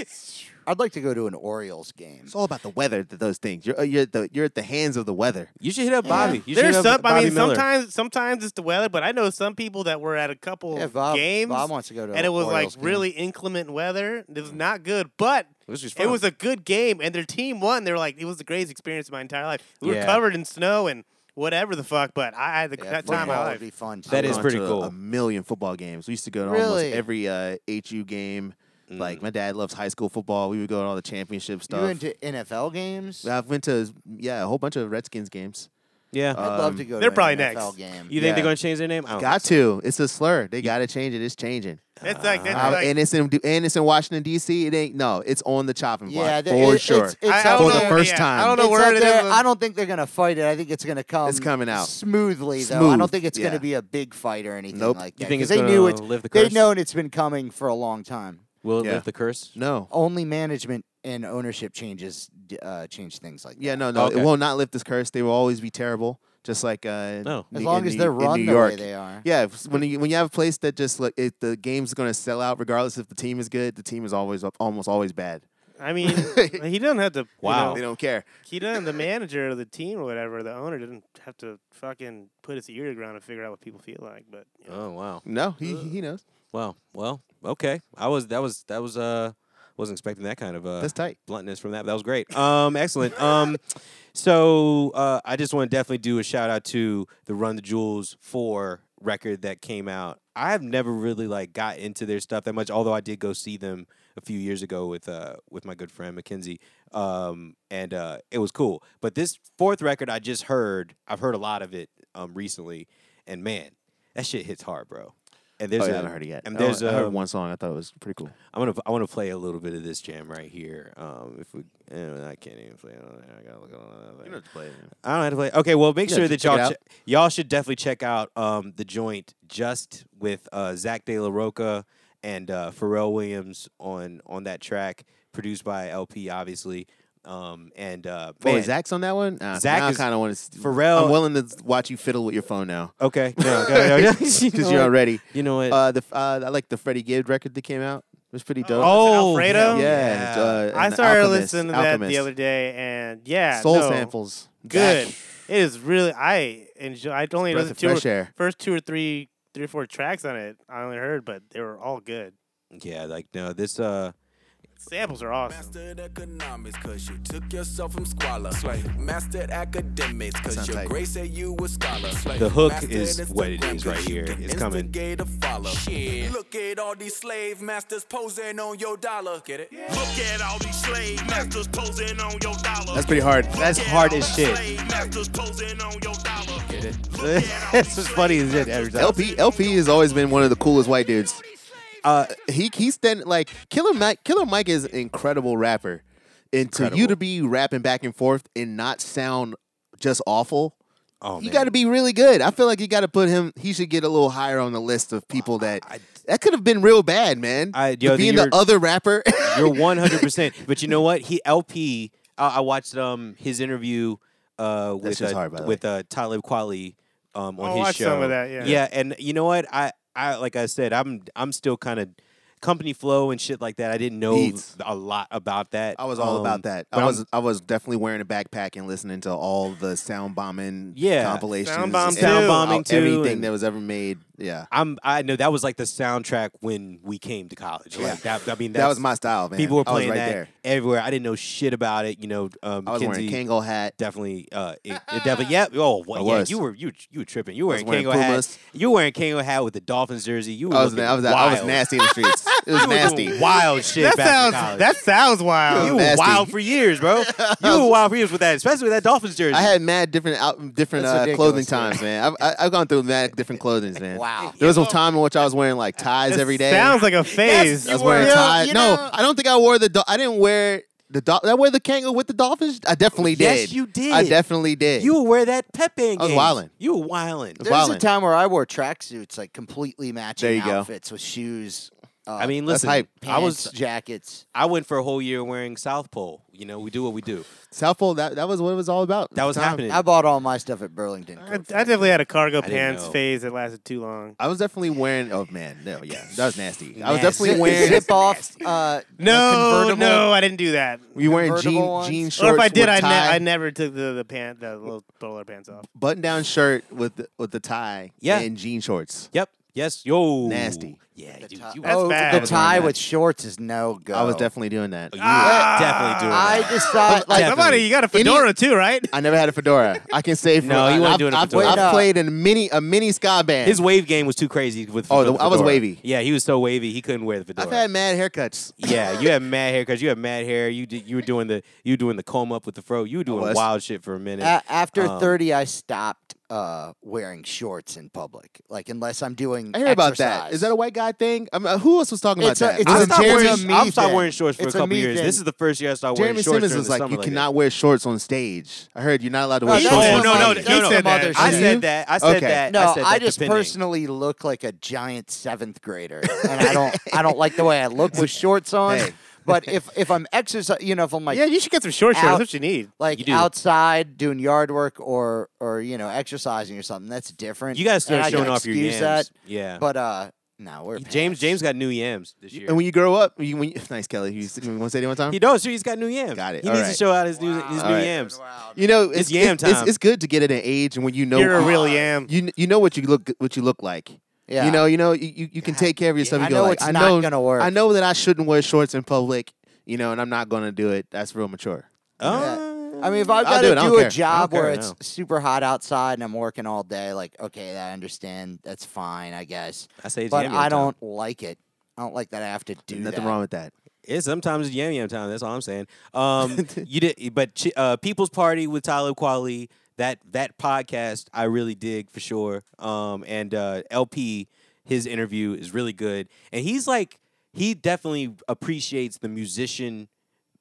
I'd like to go to an Orioles game.
It's all about the weather. th- Those things. You're uh, you're at the you're at the hands of the weather.
You should hit up Bobby. You should
There's
hit
some.
up Bobby
I mean,
Miller.
sometimes sometimes it's the weather, but I know some people that were at a couple
Yeah, Bob,
games,
Bob wants to go to.
and it
an
was
Orioles
like
game.
really inclement weather. It was not good, but
This is
it
fun.
was a good game, and their team won. They were like, it was the greatest experience of my entire life. We
Yeah.
were covered in snow and whatever the fuck, but I had the
Yeah,
that time of my
football
life.
would be fun.
That
I've
is
gone
pretty
to a-
cool.
A million football games. We used to go to
Really?
almost every uh, HU game.
Mm.
Like my dad loves high school football. We would go to all the championship
You
stuff.
into NFL games?
I've went to yeah a whole bunch of Redskins games.
yeah.
I'd love to
um,
go.
they're
to
probably
an
next.
NFL game.
you think
yeah.
they're going to change their name? I don't
Got to. It's a slur. They got to change it. It's changing.
It's like, it's
Uh,
like
and it's in and it's in Washington D.C. It ain't no. It's on the chopping block
Yeah, they-
for
it-
sure.
It's, it's
I- I
up
don't
for the
know,
first
yeah,
time.
I don't know
It's
where
up
it
there.
is.
I don't think they're gonna fight it. I think it's gonna come.
It's coming out.
smoothly though. I don't
Smooth,
think it's gonna
yeah.
be a big fight or anything
Nope.
like that.
You think
'cause
it's
they
gonna
knew it's
live the
they've
curse?
known it's been coming for a long time.
Will it
Yeah.
live the curse?
No.
Only management and ownership changes d- uh, change things like
Yeah,
that.
no, no.
Okay.
It will not lift this curse. They will always be terrible. Just like uh,
No.
New-
as long
in
as
New-
they're
in
run
New
the
York.
way they are.
Yeah, if- when you when you have a place that just like it, the game's gonna sell out regardless if the team is good. The team is always up, almost always bad.
I mean, he doesn't have to. you
Wow.
They
know,
don't care.
he doesn't. The manager of the team or whatever, the owner didn't have to fucking put his ear to the ground and figure out what people feel like. But you know.
Oh, wow.
No, he he knows.
Wow. Well, okay. I was, that was, that was, uh, wasn't expecting that kind of, uh,
That's tight.
bluntness from that. That was great. Um, excellent. Um, so uh, I just want to definitely do a shout out to the Run the Jewels four record that came out. I've never really like got into their stuff that much, although I did go see them a few years ago with uh with my good friend Mackenzie. Um, and uh, it was cool. But this fourth record I just heard, I've heard a lot of it um recently, and man, that shit hits hard, bro. And there's
oh, yeah,
a-
I haven't heard it yet.
And
I only-
there's
I heard
um,
one song. I thought it was pretty cool.
I'm gonna I want to play a little bit of this jam right here. Um, if we uh, I can't even play it on there. I gotta look on that. thing. I don't have to play. Okay, well make
Yeah,
sure
just
that
check it
y'all
out.
che- y'all should definitely check out um the joint just with uh Zach De La Roca and uh, Pharrell Williams on on that track produced by LP obviously. Um and uh
Oh,
man,
is Zach's on that one. Uh,
Zach
now
is-
I kind of want to.
Pharrell-
I'm willing to watch you fiddle with your phone now
Okay, no, no, no, you
because
know
you're
what?
already.
You know what?
Uh, the f- uh, I like the Freddie Gibbs record that came out. It was pretty dope.
oh,
Alfredo?
hell
yeah,
yeah.
uh,
I
and
started
Alchemist-
listening to that
Alchemist.
the other day, and yeah,
Soul
no,
samples.
Good.
Zach,
It is really. I enjoy. I only
breath
listened
of
to
fresh air.
first two or three, three or four tracks on it. I only heard, but they were all good.
yeah, like no, this uh
Samples are awesome.
Mastered economics, cause you took yourself from squalor. Slay. Mastered academics, cause
Sounds
your
tight.
grace said you were scholar. Slay.
The hook
Mastered
is what it
Instagram,
is right
'cause you
here.
can
It's coming.
instigate a follow. Look at all these slave masters posing on your dollar. Get it?
Look at all these slave masters posing on your dollar.
That's pretty hard.
that's hard as shit.
Get it?
That's as funny as it every time.
LP LP has always been one of the coolest white dudes.
Uh,
He he's standing like Killer Mike. Killer Mike is an incredible rapper, and to you to be rapping back and forth and not sound just awful,
oh,
you
man.
got to be really good. I feel like you got to put him. He should get a little higher on the list of people that that could have been real bad, man.
I-
To
yo,
being the
you're-
other rapper.
You're one hundred percent. But you know what? He LP. I, I watched um his interview uh with
shit's
uh,
hard, by the way.
with uh Talib Kweli um on
I
his
watched
show.
some of that, yeah.
and you know what? I I like I said, I'm I'm still kind of company flow and shit like that. I didn't know
Beats.
a lot about that.
I was all
um,
about that.
but
I
I'm-
was i was definitely wearing a backpack and listening to all the sound bombing
Yeah.
compilations,
Sound bomb
and
too. Sound
bombing too,
everything
and-
that was ever made. Yeah,
I'm I know that was like the soundtrack when we came to college. Like that. I mean,
that was
that's-
my style, man.
People were
I was
playing
right
that
there.
everywhere. I didn't know shit about it. You know, um,
I was
Kinsey-
wearing a Kangol hat.
definitely uh it, it definitely yeah oh
I
well, yeah
was.
you were you you were tripping you were
was
wearing
wearing
Kango hat
Pumas.
you were wearing Kango hat with the Dolphins jersey you were
I was,
looking
I was, I was
wild.
nasty in the streets. It was
You were doing
nasty.
wild shit
That
back in
sounds.
college.
That sounds
you
wild.
were
nasty.
wild for years bro you were wild for years with that especially with that Dolphins jersey
I had mad different out, different
That's
uh, clothing
ridiculous,
times, man. I've, I, I've gone through mad different clothings, man.
Wow.
There was a time in which I was wearing like ties
That
every day.
Sounds like a phase.
I was wearing
You know-
ties.
you
No,
know-
I don't think I wore the. Do- I didn't wear The do- did I wear the Kango with the Dolphins? I definitely did.
Yes, you did.
I definitely did.
You were wear that pep band.
I was
games.
wildin'.
You were wildin'.
was
There was a
wildin'.
time where I wore tracksuits, like completely matching
There you go.
outfits with shoes. Uh,
I mean,
That's
listen,
hype.
I was
jackets.
I went for a whole year wearing South Pole. You know, we do what we do.
South Pole. That, that was what it was all about.
That was
Time.
happening.
I bought all my stuff at Burlington.
I, I
Coat
definitely had a cargo
didn't
pants
know.
phase that lasted too long.
I was definitely wearing. Oh man, no, yeah, that was nasty. I was
Nasty.
Factory.
definitely
Zip-
wearing.
zip off. Uh,
No,
convertible-
no, I didn't do that.
Were you wearing
convertible
jean
ones?
jean
Or
shorts?
or if I did,
with
I, ne-
tie,
I never took the the pant, the little bowler pants off.
button down shirt with the, with the tie.
Yeah.
and jean shorts.
Yep. Yes. Yo.
Nasty.
Yeah.
The
Dude,
ti-
you
That's
oh,
bad.
the
I was wearing
tie
that.
with shorts is no go.
I was definitely doing that.
you
Ah!
were definitely doing
I
that.
just thought like
Definitely.
Somebody, you got a fedora too, right?
I never had a fedora. I can say for
No, you
I-
weren't
I've-
doing a
I've,
fedora.
I've
Wait, uh,
played in mini a mini ska band.
His wave game was too crazy with.
Oh,
with
the- I was
fedora.
wavy.
Yeah, he was so wavy he couldn't wear the fedora.
I've had mad haircuts.
yeah, you had mad hair because you had mad hair. You did, you were doing the you were doing the comb up with the fro. You were doing
was.
wild shit for a minute.
a- after
Um,
thirty, I stopped uh, wearing shorts in public. Like unless I'm doing.
I hear about that. Is that a white guy thing? I mean, who else was talking
It's a-
about that?
it's
I
a
stopped
Jeremy
wearing,
me
I've stopped
thing.
wearing shorts for
It's
a
a
couple
me
years.
thing.
This is the first year I started
Jeremy
wearing shorts.
Simmons
during
was
the
like,
summer
you
that."
cannot wear shorts on stage. I heard you're not allowed to wear
that's
shorts.
some
on
no, no,
stage.
no,
that's
no.
some
He said
other
that.
I
shit.
said that. I said
Okay.
that.
No,
I, said that
just
depending.
personally look like a giant seventh grader, and I don't. I don't like the way I look with shorts on.
Hey.
But if if I'm exercising, you know, if I'm like
yeah, you should get some short shorts.
out-
That's what you need.
You
like
do.
outside doing yard work or or you know exercising or something, that's different.
You guys
And
start
I can
showing off your yams.
excuse that,
yeah.
But uh, no, we're
James
past.
James got new yams this year.
And when you grow up, you, when you, nice Kelly. You, want to say it one time?
he does. Sure, he's got new yams.
Got it.
He
All
needs to
right.
show out his new his
All
new
right.
yams.
You know,
It's
it's,
yam
it's- It's,
time.
it's good to get at an age and when you know
You're a real yam.
Um, You kn- you know what you look what you look like.
Yeah.
You know, you know, you, you, you can take care of yourself.
I
You go
know
like,
it's
I
not
know,
gonna work.
I know that I shouldn't wear shorts in public. You know, and I'm not gonna do it. That's real mature.
Oh.
I mean, if I've
I'll
got
do
to
it, I don't
do,
care. I
a
don't
job where
care,
it's
no.
super hot outside and I'm working all day, like okay, I understand. That's fine, I guess.
I say it's
but
yam yam
I
time.
don't like it. I don't like that I have to do
Nothing
that.
wrong with that.
It's sometimes it's yam yam time. That's all I'm saying. Um, you did, but Ch- uh, People's Party with Tyler Quali. That that podcast I really dig for sure. Um, and uh, LP, his interview is really good, and he's like he definitely appreciates the musician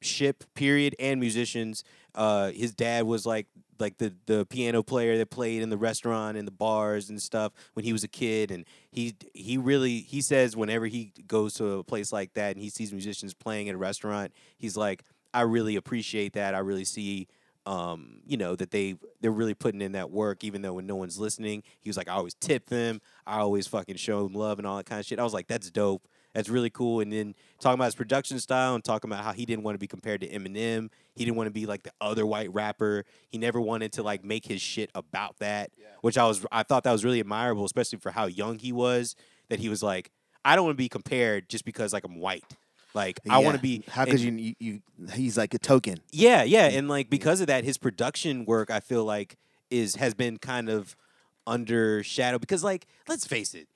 ship period and musicians. Uh, his dad was like like the the piano player that played in the restaurant and the bars and stuff when he was a kid, and he he really he says whenever he goes to a place like that and he sees musicians playing at a restaurant, he's like, I really appreciate that. I really see. Um, you know that they they're really putting in that work, even though when no one's listening, he was like, I always tip them, I always fucking show them love and all that kind of shit. I was like, that's dope. That's really cool. And then talking about his production style and talking about how he didn't want to be compared to Eminem. He didn't want to be like the other white rapper. He never wanted to like make his shit about that, which I was I thought that was really admirable, especially for how young he was. That he was like, I don't want to be compared just because like I'm white. Like I want
Yeah.
to be.
How
and-
could you, you? You he's like a token.
yeah, yeah,
Mm.
and like because of that, his production work I feel like is has been kind of under shadow because like let's face it,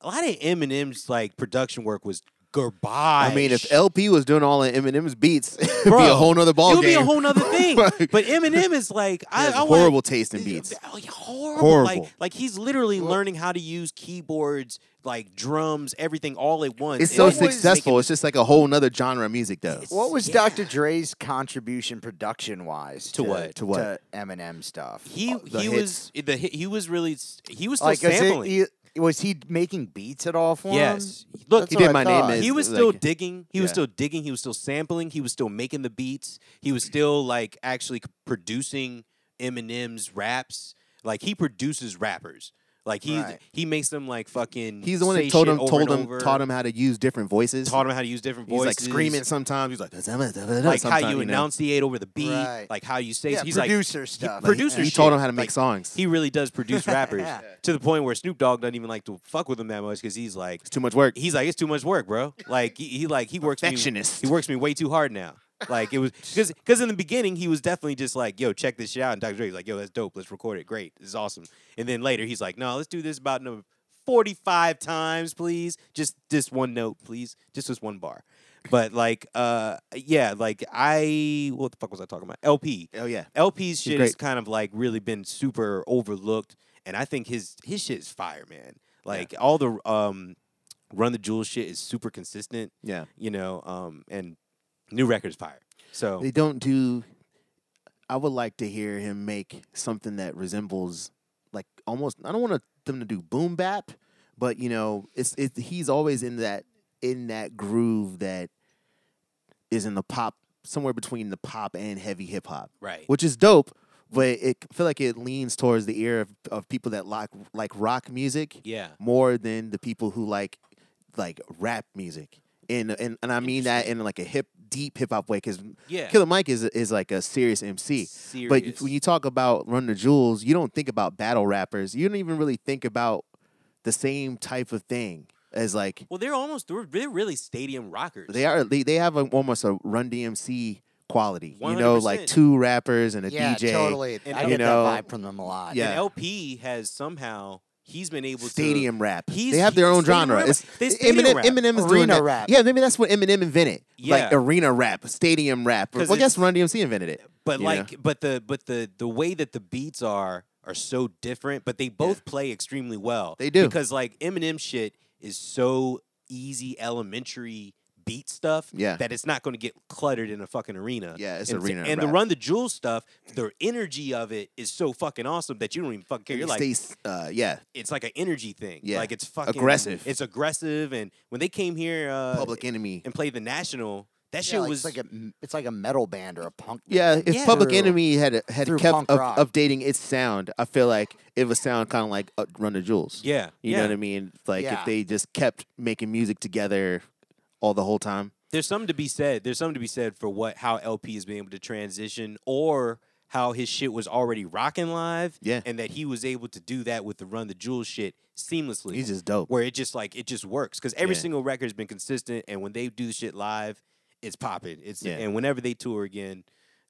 a lot of Eminem's like production work was garbage.
I mean, if LP was doing all in Eminem's beats, it'd be
Bro,
a whole nother ball
It'll
game.
be a whole nother thing.
Like-
but Eminem is like,
He
I,
has
I wanna-
horrible taste in beats.
Oh, yeah, horrible. Like,
Horrible.
like he's literally learning how to use keyboards, like drums, everything all at once.
It's
and
so
he's making-
successful. It's just like a whole nother genre of music, though.
What was
Yeah.
Dr. Dre's contribution production wise
To what?
To what?
Eminem stuff? Uh,
He
the
he was the hit- he was really he was still
like is it,
sampling.
he, was he making beats at all for
Yes.
him?
Look,
That's
he
what
did
I
My Name
thought.
Is-
he was
like-
still digging. He was
yeah.
still digging. He was still sampling. He was still making the beats. He was still like actually c- producing Eminem's raps. Like he produces rappers. Like he
Right.
he makes them like fucking.
He's the one that
say
told
shit
him,
over
told
and
him,
over,
taught him how to use different voices.
taught him how to use different
He's
voices.
like screaming sometimes. He's like, like
like how you enunciate over the beat,
Right.
like how you say.
Yeah,
he's like
producer stuff.
producer
He
shit.
taught him how to make
Like,
songs.
He really does produce rappers to the point where Snoop Dogg doesn't even like to fuck with him that much because he's like,
it's too much work.
he's like, it's too much work, bro. Like he, he like he works me.
Perfectionist.
He works me way too hard now. Like it was because because in the beginning he was definitely just like, yo, check this shit out, and Dr. Dre's like, yo, that's dope. Let's record it. Great, this is awesome. And then later he's like, no, let's do this about number forty-five times, please. Just this one note, please. Just this one bar. But like, uh, yeah, like I what the fuck was I talking about? LP.
oh yeah.
LP's shit has
great.
kind of like really been super overlooked, and I think his his shit is fire, man. Like all the um, Run the Jewel shit is super consistent,
Yeah.
you know. Um, and new records fire. So
They don't do. I would like to hear him make something that resembles, like almost. I don't want to, them to do boom bap, but you know, it's it. He's always in that in that groove that is in the pop somewhere between the pop and heavy hip hop,
Right.
Which is dope, but it I feel like it leans towards the ear of, of people that like like rock music,
Yeah.
more than the people who like like rap music. And, and, and I mean that in like a hip deep hip hop way because
Yeah.
Killer Mike is is like a serious MC.
Serious.
But when you talk about Run the Jewels, you don't think about battle rappers. You don't even really think about the same type of thing as like
well, they're almost they're, they're really stadium rockers.
they are they, they have a, almost a Run DMC quality. You know, like
100%.
two rappers and a
yeah,
DJ.
totally.
And
I
you
get
know-
that vibe from them a lot.
Yeah.
And LP has somehow he's been able
Stadium
to
rap.
He's-
they have their
he's
own
stadium
genre.
rap.
It's,
They stadium
Eminem,
rap.
Eminem is doing
Arena
that.
rap.
Yeah, maybe that's what Eminem invented.
Yeah.
Like arena rap, stadium rap. Well,
'Cause
I guess
it's-
Run DMC invented it.
but
you know?
like but the but the the way that the beats are are so different but they both play extremely well
They do.
because like eminem shit is so easy elementary beat stuff
Yeah.
that it's not going to get cluttered in a fucking arena
Yeah, it's
and
arena
and the
rap.
run the jewel stuff the energy of it is so fucking awesome that you don't even fucking care you're
It
like
stays, uh, yeah,
it's like an energy thing
Yeah.
like it's fucking
Aggressive.
it's aggressive and when they came here uh,
Public Enemy.
and played the national that
Yeah,
shit
like,
was
it's like a m- it's like a metal band or a punk.
Yeah,
band.
if Public
Through-
Enemy had had
through
kept
punk
up,
rock.
updating its sound, I feel like it would sound kind of like uh, Run the Jewels.
yeah
you
yeah.
know what I mean. Like
Yeah.
if they just kept making music together all the whole time.
there's something to be said. There's something to be said for what how LP has been able to transition or how his shit was already rocking live.
Yeah.
And that he was able to do that with the run the jewel shit seamlessly.
He's just dope.
where it just like it just works. Because every
Yeah.
single record's been consistent and when they do shit live, it's popping. It's
Yeah.
and whenever they tour again,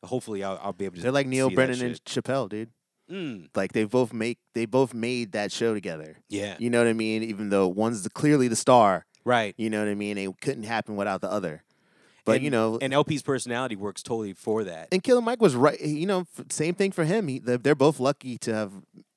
hopefully I'll, I'll be able to
They're like Neil
see that
Brennan and
shit.
Chappelle, dude.
Mm,
Like they both make they both made that show together.
yeah.
You know what I mean? Even though one's the, clearly the star,
Right.
you know what I mean? It couldn't happen without the other. But
and,
you know, and,
and LP's personality works totally for that.
Killer Mike was right. You know, f- same thing for him. He, they're they're both lucky to have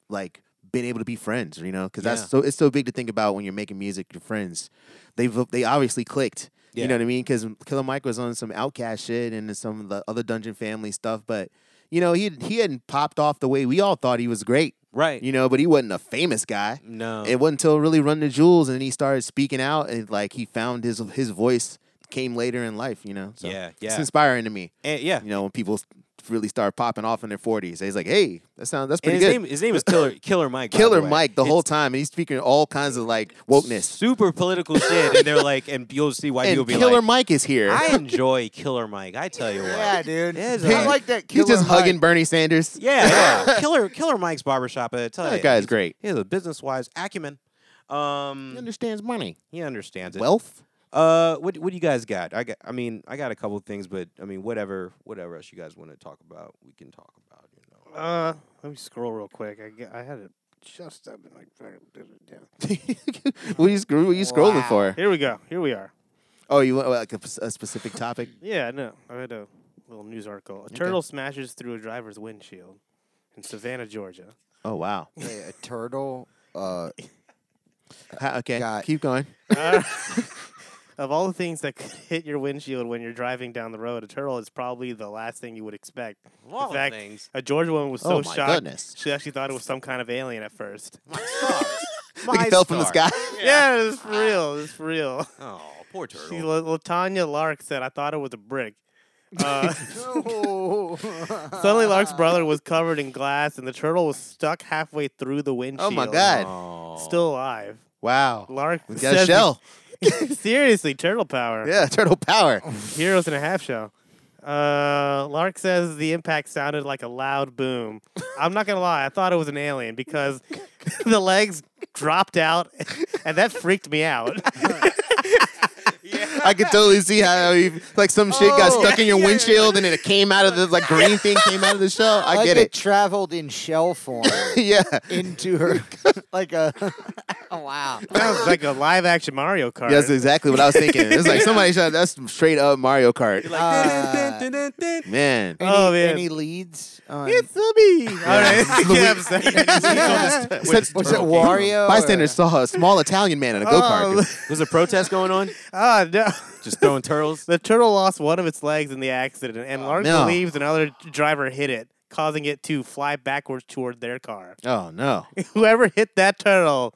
like been able to be friends. You know, because
Yeah.
that's so it's so big to think about when you're making music. Your friends, they've they obviously clicked.
Yeah.
You know what I mean? Because Killer Mike was on some Outcast shit and some of the other Dungeon Family stuff, but. You know, he he hadn't popped off the way we all thought he was great.
right.
You know, but he wasn't a famous guy.
no.
It wasn't until really Run the Jewels and he started speaking out and like he found his his voice came later in life, you know. So
Yeah,
It's
yeah.
inspiring to me.
And- yeah.
You know, when people s- really start popping off in their forties. He's like, Hey, that sounds that's pretty
and his
good.
name his name is Killer Killer Mike. by the
Killer
way.
Mike the
It's-
whole time and he's speaking all kinds of like wokeness.
super political shit, and they're like, and you'll see why
And
people be
Killer
like,
Mike is here.
I enjoy Killer Mike. I tell you what,
Yeah, dude.
There's
I
a-
like that.
he's just
Killer
hugging
Mike.
Bernie Sanders.
yeah, yeah. Killer Killer Mike's barbershop. I tell
That
you,
guy's
he's-
great.
He's a business wise acumen.
He
Um,
understands money.
he understands it.
Wealth.
uh, what what do you guys got? I got. I mean, I got a couple things, but I mean, whatever, whatever else you guys want to talk about, we can talk about. You know.
Uh, let me scroll real quick. I, get, I had it just up in my fucking-
what are you, scro- what are you scrolling
Wow.
for?
Here we go. Here we are.
Oh, you want like a, p- a specific topic?
Yeah, I know. I read a little news article. A turtle smashes through a driver's windshield in Savannah, Georgia.
Oh wow.
Wait, a turtle. Uh,
Ha- okay,
Got-
keep going.
Uh, of all the things that could hit your windshield when you're driving down the road, a turtle is probably the last thing you would expect.
Of all
in
the
fact,
things.
a Georgia woman was so
oh my
shocked
goodness.
she actually thought it was some kind of alien at first.
My stars.
Like
My
he fell from the sky.
stars.
Yeah, it's for real. It's for real.
Oh, poor
She,
turtle.
La- Latanya Lark said, "I thought it was a brick." Uh,
no.
Suddenly, Lark's brother was covered in glass, and the turtle was stuck halfway through the windshield.
Oh my god.
Oh.
Still alive.
Wow.
Lark
We got a
says-
shell.
Seriously, turtle power.
Yeah, turtle power.
Heroes in a half shell. Uh, Lark says the impact sounded like a loud boom. I'm not gonna lie, I thought it was an alien because the legs dropped out, and that freaked me out.
I could totally see how you, like some shit got
Oh.
stuck in your windshield and then it came out of the like green thing came out of the shell. I
like
get
it
it.
traveled in shell form
yeah.
into her, like a. oh wow.
That was like a live action Mario Kart.
That's exactly what I was thinking. It's like somebody shot that's straight up Mario Kart.
Like,
Uh,
Man.
Any,
Oh, man.
any leads? On,
It's a me. All right. yeah, I'm sorry.
Said-
was it Wario?
Bystanders
or-
saw a small Italian man in a go
Oh,
kart.
There's a protest going on.
Ah, no.
Just throwing turtles.
The turtle lost one of its legs in the accident, and Lawrence
Oh, no.
believes another driver hit it, causing it to fly backwards toward their car.
Oh no!
Whoever hit that turtle,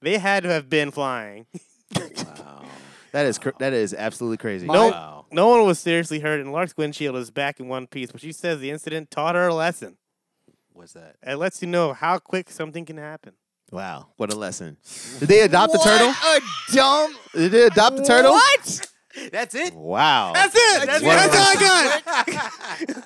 they had to have been flying.
That is cr- that is absolutely crazy.
No.
Wow.
No one was seriously hurt, and Lark's windshield is back in one piece. But she says the incident taught her a lesson.
What's that?
It lets you know how quick something can happen.
Wow, what a lesson! Did they adopt the turtle?
What a dumb.
Did they adopt the turtle?
What?
That's it.
Wow!
it.
That's it. That's all
I got.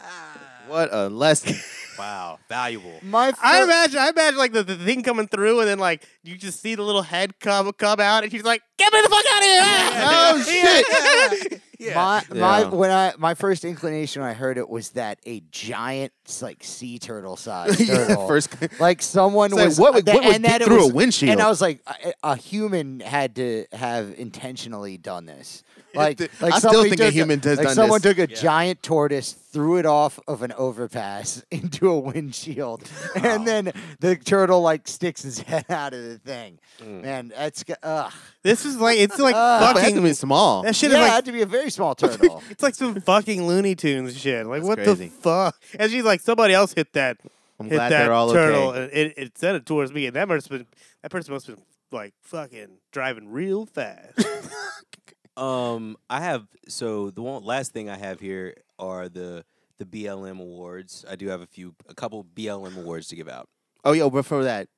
what a lesson!
Wow. Valuable.
My
I
fir-
imagine, I imagine like the, the thing coming through, and then like you just see the little head come come out, and she's like, "Get me the fuck out of here!"
oh shit!
My, my
Yeah.
when I my first inclination when I heard it was that a giant s- like sea turtle size
Yeah,
turtle.
first-
like someone
It's like,
was
what would-
that-
what would
and
get
that it
through a
was-
windshield?
And I was like, a, a human had to have intentionally done this. Like,
th-
like
I still
somebody
think a
took
human does
like
done
someone
this.
took a giant tortoise, threw it off of an overpass into a windshield, and then the turtle like sticks his head out of the thing. Man, that's g- ugh.
This is like it's like
Uh,
But it had to
fucking
be small.
that shit
yeah,
is
it
like
had to be a very small turtle.
it's like some fucking Looney Tunes shit. Like
That's
what
crazy.
the fuck? And she's like, somebody else hit that.
I'm
hit
glad
that
they're all
turtle.
okay.
and It, it sent it towards me, and that must have been that person must have been like fucking driving real fast.
Um, I have so the one last thing I have here are the the BLM awards. I do have a few, a couple BLM awards to give out.
Oh yo, before that,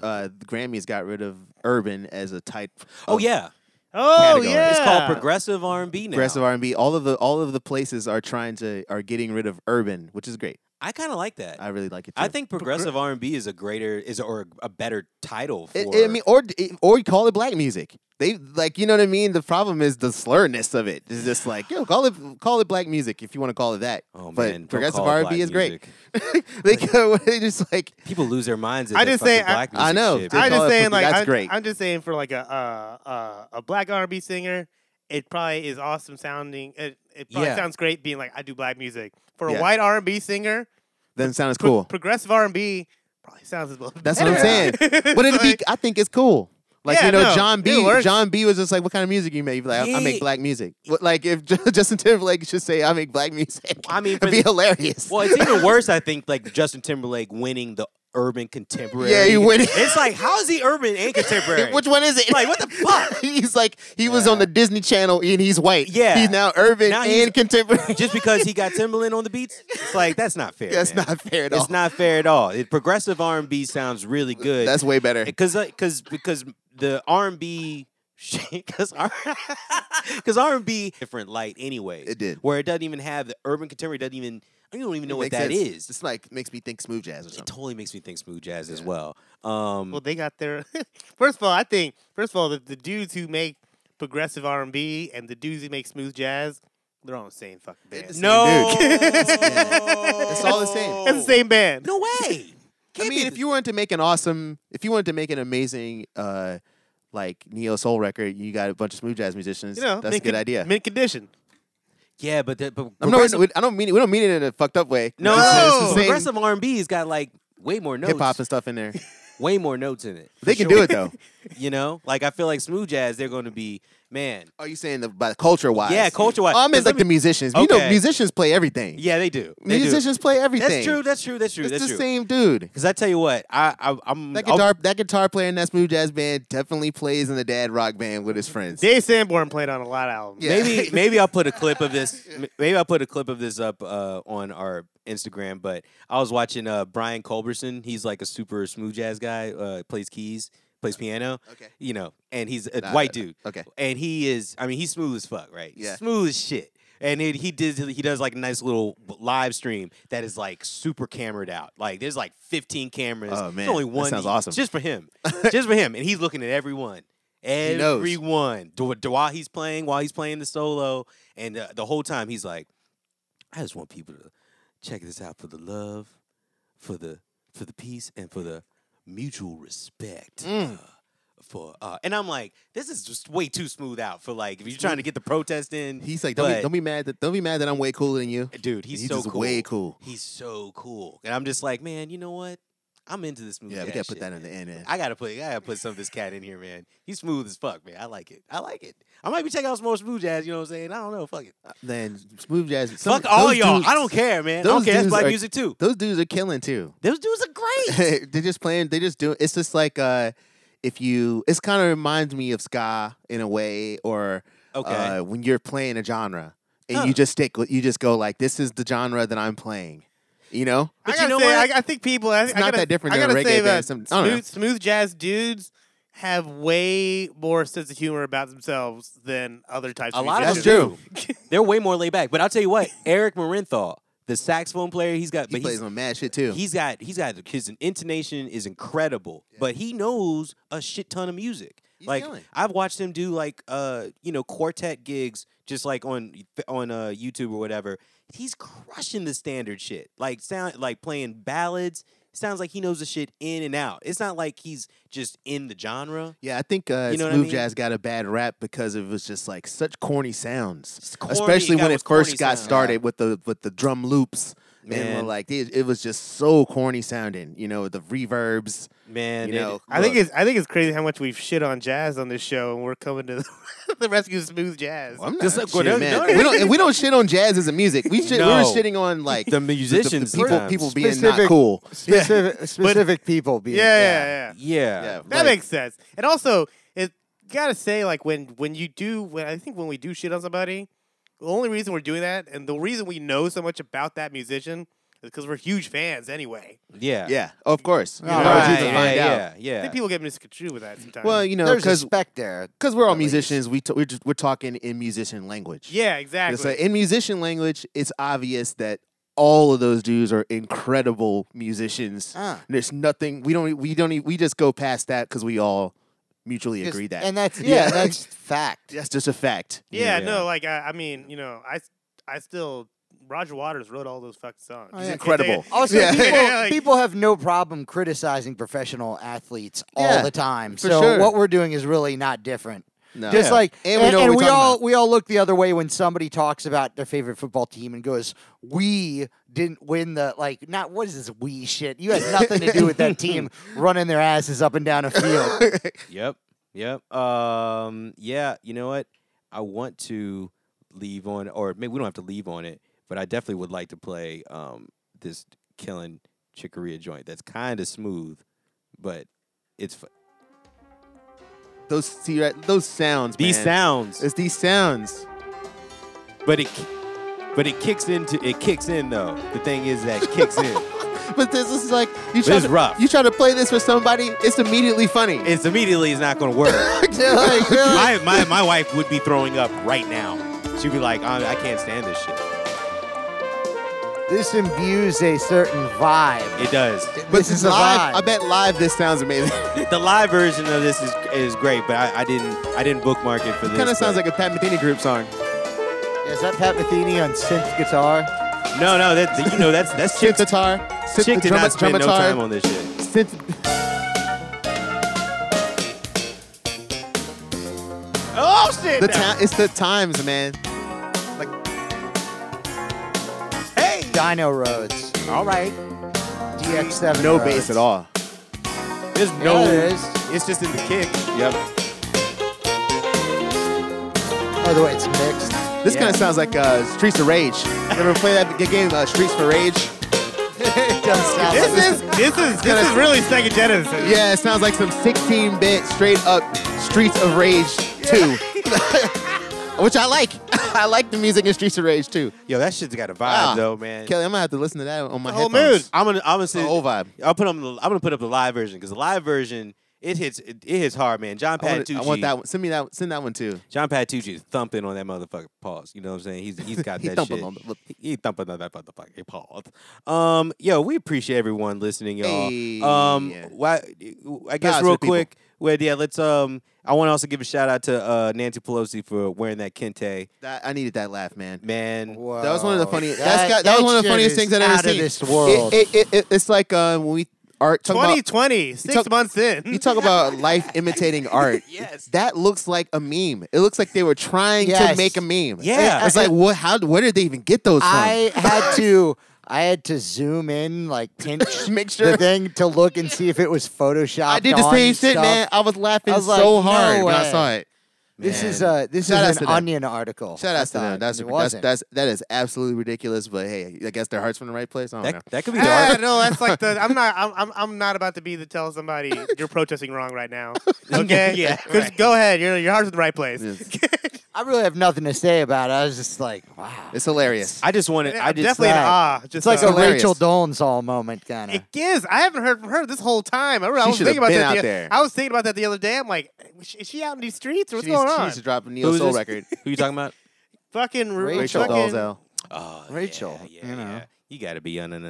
uh, the Grammys got rid of urban as a type.
Oh
of
yeah,
oh
Category.
yeah,
It's
it's called progressive R and B now.
Progressive R&B. All of the all of the places are trying to are getting rid of urban, which is great.
I kind of like that.
I really like it. Too.
I think progressive R and B is a greater is or a better title for.
It- it- I mean, or it- or you call it black music. They like, you know what I mean. The problem is the slurness of it. It's just like, yo, call it call it black music if you want to call it that.
Oh,
but
man, don't
progressive
call it
R&B
black
is great. they go, they just like,
people lose their minds. At
I
the
just say-
fucking black
I- I
music
know,
shit,
dude.
bro.
I'm
call
just
it
saying
pop-
like
that's
I'm,
great.
I'm just saying for like a uh, uh, a black R&B singer, it probably is awesome sounding. It, it probably
Yeah.
sounds great being like I do black music. For a
Yeah.
white R&B singer,
doesn't sound as
pro-
cool.
progressive R&B probably sounds as well.
That's what I'm
better.
saying. But it'd be, I think it's cool. Like
Yeah,
you know,
no,
John
it
B.
works.
John B. was just like, "What kind of music you make?" He'd be Like, I, I
He-
make black music. What, like if Justin Timberlake should say, "I make black music,"
I mean, for
it'd be
the-
hilarious.
Well, it's even worse. I think like Justin Timberlake winning the urban contemporary.
Yeah, he win-
It's like how is he urban and contemporary?
Which one is it?
Like, what the fuck?
he's like, he was on the Disney Channel and he's white.
Yeah.
He's now urban
Now he's-
and contemporary.
just because he got Timberland on the beats, it's like that's not fair.
That's
man.
not fair at all.
It's not fair at all. It, progressive R and B sounds really good.
That's way better.
because because because the R and B because because R and B different light anyway.
It did.
where it doesn't even have the urban contemporary doesn't even I don't even know what
Makes
that
sense.
is.
It's like, makes me think smooth jazz or
It
something.
totally makes me think smooth jazz as well. Um,
Well, they got their. first of all, I think first of all the, the dudes who make progressive R and B and the dudes who make smooth jazz, they're all the same fucking band.
It's-
no,
It's all the same.
It's the same band.
No way.
I
Can't be
mean, if
the-
you wanted to make an awesome, if you wanted to make an amazing, uh, like neo soul record, you got a bunch of smooth jazz musicians.
You know,
that's a
mid-
good idea.
Mid condition.
yeah, but, the, but
I'm not, we- I don't mean it. We don't mean it in a fucked up way.
no,
It's the same
progressive R and B's got like way more notes,
hip hop and stuff in there.
way more notes in it.
They
for
can
sure.
do it though.
You know, like I feel like smooth jazz, they're going to be man.
Are you saying the, by culture wise?
Yeah, culture-wise.
I mean,
Let
like
me-
the musicians. You know,
Okay.
musicians play everything.
Yeah, they do. They do.
musicians play everything.
That's true. That's true. That's true.
It's
that's
the
true. Mm, oh.
same dude.
Because I tell you what, I, I I'm
That
I'll-
guitar, that guitar player in that smooth jazz band definitely plays in the dad rock band with his friends.
Dave Sanborn played on a lot of albums.
Yeah.
Maybe maybe I'll put a clip of this. m- Maybe I'll put a clip of this up uh, on our Instagram. But I was watching uh, Brian Culberson. He's like a super smooth jazz guy. Uh, plays keys, plays piano.
Okay.
You know, and he's a
Nah,
white
nah,
dude.
okay.
And he is. I mean, he's smooth as fuck, right?
Yeah.
Smooth as shit. And it, he did. He does like a nice little live stream that is like super camered out. Like there's like 15 cameras.
Oh,
There's
man.
only
That
one. e
sounds
he-
awesome.
Just for him. just for him. And he's looking at everyone.
knows.
Everyone one do, do- while he's playing while he's playing the solo and uh, the whole time he's like i just want people to check this out for the love
Mm.
for the for the peace and for the mutual respect uh, for uh, and I'm like, this is just way too smooth out for like if you're trying to get the protest in.
He's like, don't,
but-
be, don't be mad that don't be mad that I'm way cooler than you.
dude, he's,
He's
so
just
cool.
way cool.
He's so cool, and I'm just like, man, you know what? I'm into this movie.
Yeah, we
cat
gotta put
shit,
that in the
man.
end, eh? man.
I gotta put, I gotta put some of this cat in here, man. He's smooth as fuck, man. I like it. I like it. I might be checking out some more smooth jazz. You know what I'm saying? I don't know. Fuck it.
Then smooth jazz. some-
fuck all
those
y'all.
dudes-
I don't care, man. I don't
those
care. That's
dudes
black
are-
music too.
Those dudes are killing too.
Those dudes are great.
they're just playing. They just do. It's just like uh, if you. It's kind of reminds me of ska in a way, or
Okay.
uh, when you're playing a genre and
Huh.
you just stick. with You just go like, this is the genre that I'm playing. You know.
But
I
you
gotta
know
say,
what?
I, I think people. I,
It's
I
not
gotta,
that different
I
than a
gotta
reggae
say
band.
that
Some- I don't know.
smooth, smooth jazz dudes have way more sense of humor about themselves than other types.
A
of
lot of
That's
musicians.
them
true.
do. They're way more laid back. But I'll tell you what, Eric Marinthal, the saxophone player, he's got.
He
but he's,
plays on mad shit too.
He's got he's got his intonation is incredible, but he knows a shit ton of music.
He's
like
killing.
I've watched him do like uh you know quartet gigs just like on on uh YouTube or whatever. He's crushing the standard shit. Like sound like playing ballads. Sounds like he knows the shit in and out. It's not like he's just in the genre.
Yeah, I think uh,
You know what I
smooth
mean?
jazz got a bad rap because it was just like such corny sounds,
It's corny,
especially
got
when
what's
it
corny
first got
sound.
started with the with the drum loops.
Man.
And like it, it was just so corny sounding, you know, with the reverbs.
Man,
You
it-
know,
I think
look,
it's I think it's crazy how much we've shit on jazz on this show, and we're coming to the, the rescue of smooth jazz.
I'm not
Just like-
shitting,
no,
man.
no,
we don't and we don't shit on jazz as a music. We shit,
No.
we're shitting on like
the
the, the
musicians,
people
sometimes.
people being
Specific-
not cool.
Specific specific people. Being,
yeah, yeah, yeah.
yeah.
Yeah.
That
like-
makes sense. And also, it gotta say, like when when you do, when I think when we do shit on somebody, the only reason we're doing that, and the reason we know so much about that musician, is because we're huge fans anyway.
yeah,
Yeah, of course. You
All
know, it's
right,
easy to
yeah,
find out.
yeah,
I
yeah.
think people get misconstrued with that sometimes.
Well, you know,
There's a
because
spec there.
we're all
at least.
musicians, we t- we're just, we're talking in musician language.
yeah,
And
exactly.
So in musician language, it's obvious that all of those dudes are incredible musicians.
Ah.
There's nothing we don't we don't e- we just go past that because we all mutually
Just-
agree that
and that's
Yeah.
yeah, that's fact.
that's just a fact.
yeah,
Yeah.
no, like I, I mean, you know, I s- I still Roger Waters wrote all those fucking songs.
He's
If they-
Oh, incredible.
Also,
Yeah.
people,
Like-
people have no problem criticizing professional athletes all
Yeah,
the time.
for
So
sure.
what we're doing is really not different.
No.
Just like
And we know what we're talking
all
about.
we all look the other way when somebody talks about their favorite football team and goes, "We didn't win the like not what is this we shit? You had nothing to do with that team running their asses up and down a field."
Yep. Yep. Um, yeah, you know what? I want to leave on or maybe we don't have to leave on it, but I definitely would like to play um this killing chicoria joint that's kind of smooth, but it's fu-
those see right, those sounds.
these
man.
sounds,
It's these sounds.
but it ki- but it kicks into it kicks in though. The thing is that it kicks in.
But this is like you try
it's
to,
rough.
You try to play this for somebody, it's immediately funny.
It's immediately it's not going to work.
They're like, really?
my, my my wife would be throwing up right now. She'd be like, I, I can't stand this shit.
this imbues a certain vibe.
It does.
but
this is a
live,
vibe.
I bet live this sounds amazing.
The live version of this is is great, but I, I didn't I didn't bookmark it for this.
kind of sounds
but-
like a Pat Metheny group song.
Is that Pat Metheny on synth guitar?
no, no. That that- you know that's that's chick.
Synth guitar, synth
Chick did
drum-
not spend no
drumatar,
time on this shit.
synth-
Oh shit!
The time, it's the times, man.
hey,
Dino Roads. All right. DX7.
No
Rhodes.
bass at all.
there's
Yeah,
no.
there is.
It's just in the kick.
Yep.
By the way, it's mixed.
This
Yeah.
kind of sounds like uh, Streets of Rage. You ever play that g- game, uh, Streets for Rage?
it does sound like
This is this is this is really second Genesis.
Yeah, it sounds like some 16-bit straight up Streets of Rage 2. Which I like. I like the music in Streets of Rage 2.
Yo, that shit's got a vibe
Ah.
though, man.
Kelly, I'm gonna have to listen to that on my
The whole
headphones.
I'm gonna I'm gonna
The
say,
whole vibe.
I'll put on the, I'm gonna put up the live version because the live version it hits it, it hits hard, man. John
I want,
Patitucci.
it- I want that one. Send me that. Send that one too.
John Patitucci is thumping on that motherfucker pause. You know what I'm saying? He's he's got
He
that
thumping
shit.
on the-
He- he thumping on that motherfucking pause. Um, yo, we appreciate everyone listening, y'all.
Hey,
um,
yeah.
why? I guess
Shout out to
real
the people.
quick. Well, yeah, let's. Um, I want to also give a shout out to uh, Nancy Pelosi for wearing that kente.
That, I needed that laugh, man.
Man,
That was one of the
Whoa.
funniest.
That-
That, has got, that,
that
was one of the
shit
funniest
is
things I've ever
out of
seen.
this world.
It, it, it, it, it's like uh, when we art. Talk about,
2020, six
talk-
months
you
in.
talk about life imitating art.
Yes.
That looks like a meme. It looks like they were trying to
Yes.
make a meme.
Yeah.
It's like what how where did they even get those from?
I had to I had to zoom in like pinch
Make sure-
the thing to look and see if it was photoshopped.
I did the
on
same
and
shit,
stuff.
man. I was laughing
I was
so
like,
hard
no
when I
way.
saw it.
This is
Man.
a this
Shout outs
is
to
an
them.
onion article.
Shout
I
out to
thought.
them. That's
it
that's,
wasn't.
that's that is absolutely ridiculous. But hey, I guess their heart's in the right place. I don't know.
That, that could be
Ah,
art.
no, that's like the. I'm not. I'm. I'm, I'm not about to be the tell somebody you're protesting wrong right now. Okay.
Yeah,
'Cause
right.
Go ahead. Your your heart's in the right place.
Yes.
I really have nothing to say about it. I was just like, wow.
It's hilarious.
I just wanted. I just
definitely an
that.
ah. Just
It's like
uh,
a
hilarious.
Rachel Dolezal moment, kind of.
It is. I haven't heard from her this whole time. I, re- I
She
was
should
thinking
have
about
been
that.
out
the,
there.
I was thinking about that the other day. I'm like, is she- is she out in these streets or what's
she
going
needs, She
on?
needs to drop a
Who
neo
is
soul
this?
record.
Who you talking about?
Fucking Ru-
Rachel
Rachel
fucking,
Dolezal.
Oh,
Rachel,
yeah,
you know.
yeah. You got to be on and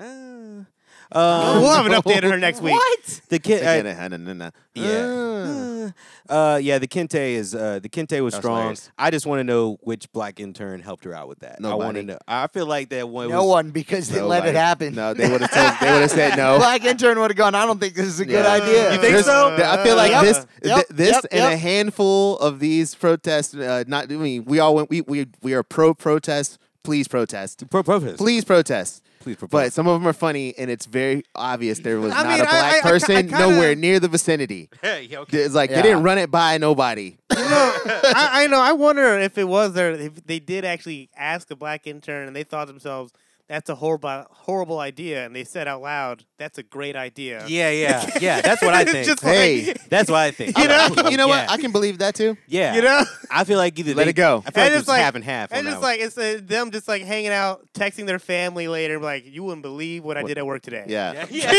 uh,
We'll
uh,
have an update on her next week.
What the kid? uh,
Yeah.
yeah, uh, yeah. The kente is uh, the kente was
That's
strong.
hilarious.
I just want to know which black intern helped her out with that. I want to
Nobody.
know. I feel like that one.
no
was,
one because they let it
Nobody.
happen.
No, they would have told. They would have said no.
Black intern would have gone. I don't think this is a good
Yeah.
idea.
You think
There's-
so?
th- I feel like
Yep,
this,
yep,
th- this,
yep,
and a
yep.
handful of these protests. Uh, not, I mean, we all went. We we we are pro protest. Please protest.
Pro- protest.
Please protest.
Please protest.
But some of them are funny, and it's very obvious there was
I
not
mean,
a
I-
black
I- I ki- I
person
kinda-
nowhere near the vicinity.
Hey, yeah, okay.
It's like
Yeah.
they didn't run it by nobody.
I, I know. I wonder if it was there. If they did actually ask a black intern, and they thought to themselves, "That's a horrible, horrible idea," and they said out loud, "That's a great idea."
Yeah, yeah, yeah. That's what I
It's
think.
just
Hey.
like,
that's what I think.
You know,
Yeah.
you know what?
Yeah.
I can believe that too.
yeah,
you know.
I feel like either
Let
they-
it go.
I feel
And
like it
it's
was
like-
half and half. on
And
that
just
one.
like it's uh, them, just like hanging out, texting their family later, like you wouldn't believe what I did at work today.
Yeah,
Yeah.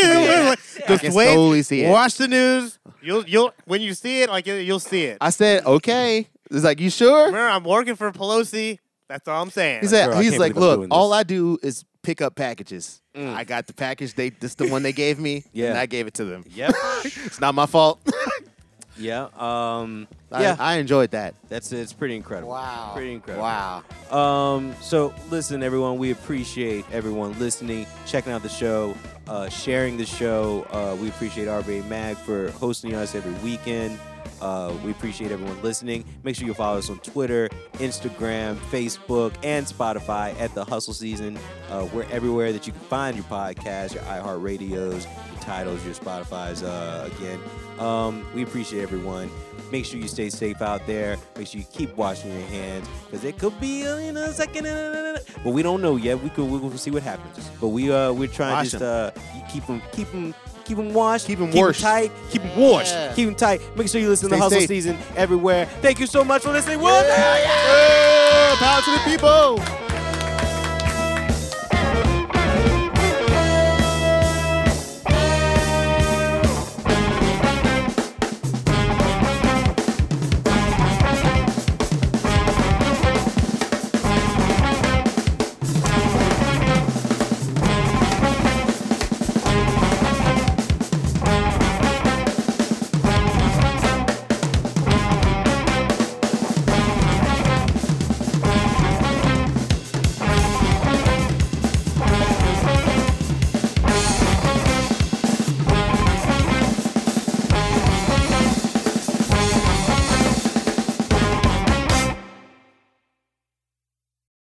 I
Just
can
wait,
totally see it.
watch the news. You'll you'll when you see it, like you- you'll see it.
I said okay. It's like you sure?
Remember, I'm working for Pelosi. That's all I'm saying.
He said,
Girl, I
he's
can't
like,
believe I'm
look,
doing
all
this."
I do is pick up packages.
Mm.
I got the package. They this the one they gave me.
Yeah.
and I gave it to them.
yep,
It's not my fault.
yeah, um,
I-
yeah.
I, enjoyed that.
That's it's pretty incredible.
Wow.
pretty incredible.
Wow.
Um, so listen, everyone, we appreciate everyone listening, checking out the show, uh, sharing the show. Uh, we appreciate RBA Mag for hosting us every weekend. Uh, we appreciate everyone listening. Make sure you follow us on Twitter, Instagram, Facebook, and Spotify at The Hustle Season. Uh, we're everywhere that you can find your podcast, your iHeartRadios, your titles, your Spotify's. Uh, again, um, we appreciate everyone. Make sure you stay safe out there. Make sure you keep washing your hands because it could be uh, you know a second, uh, but we don't know yet. We could we will see what happens. But we uh we're trying
Wash
just uh you keep them keep them keep them washed,
Keep 'em
keep 'em
washed.
tight, keep them washed,
Yeah.
keep them tight. Make sure you listen
Stay
to Hustle
safe.
Season everywhere. Thank you so much for listening. We'll-
Yeah, power to the people.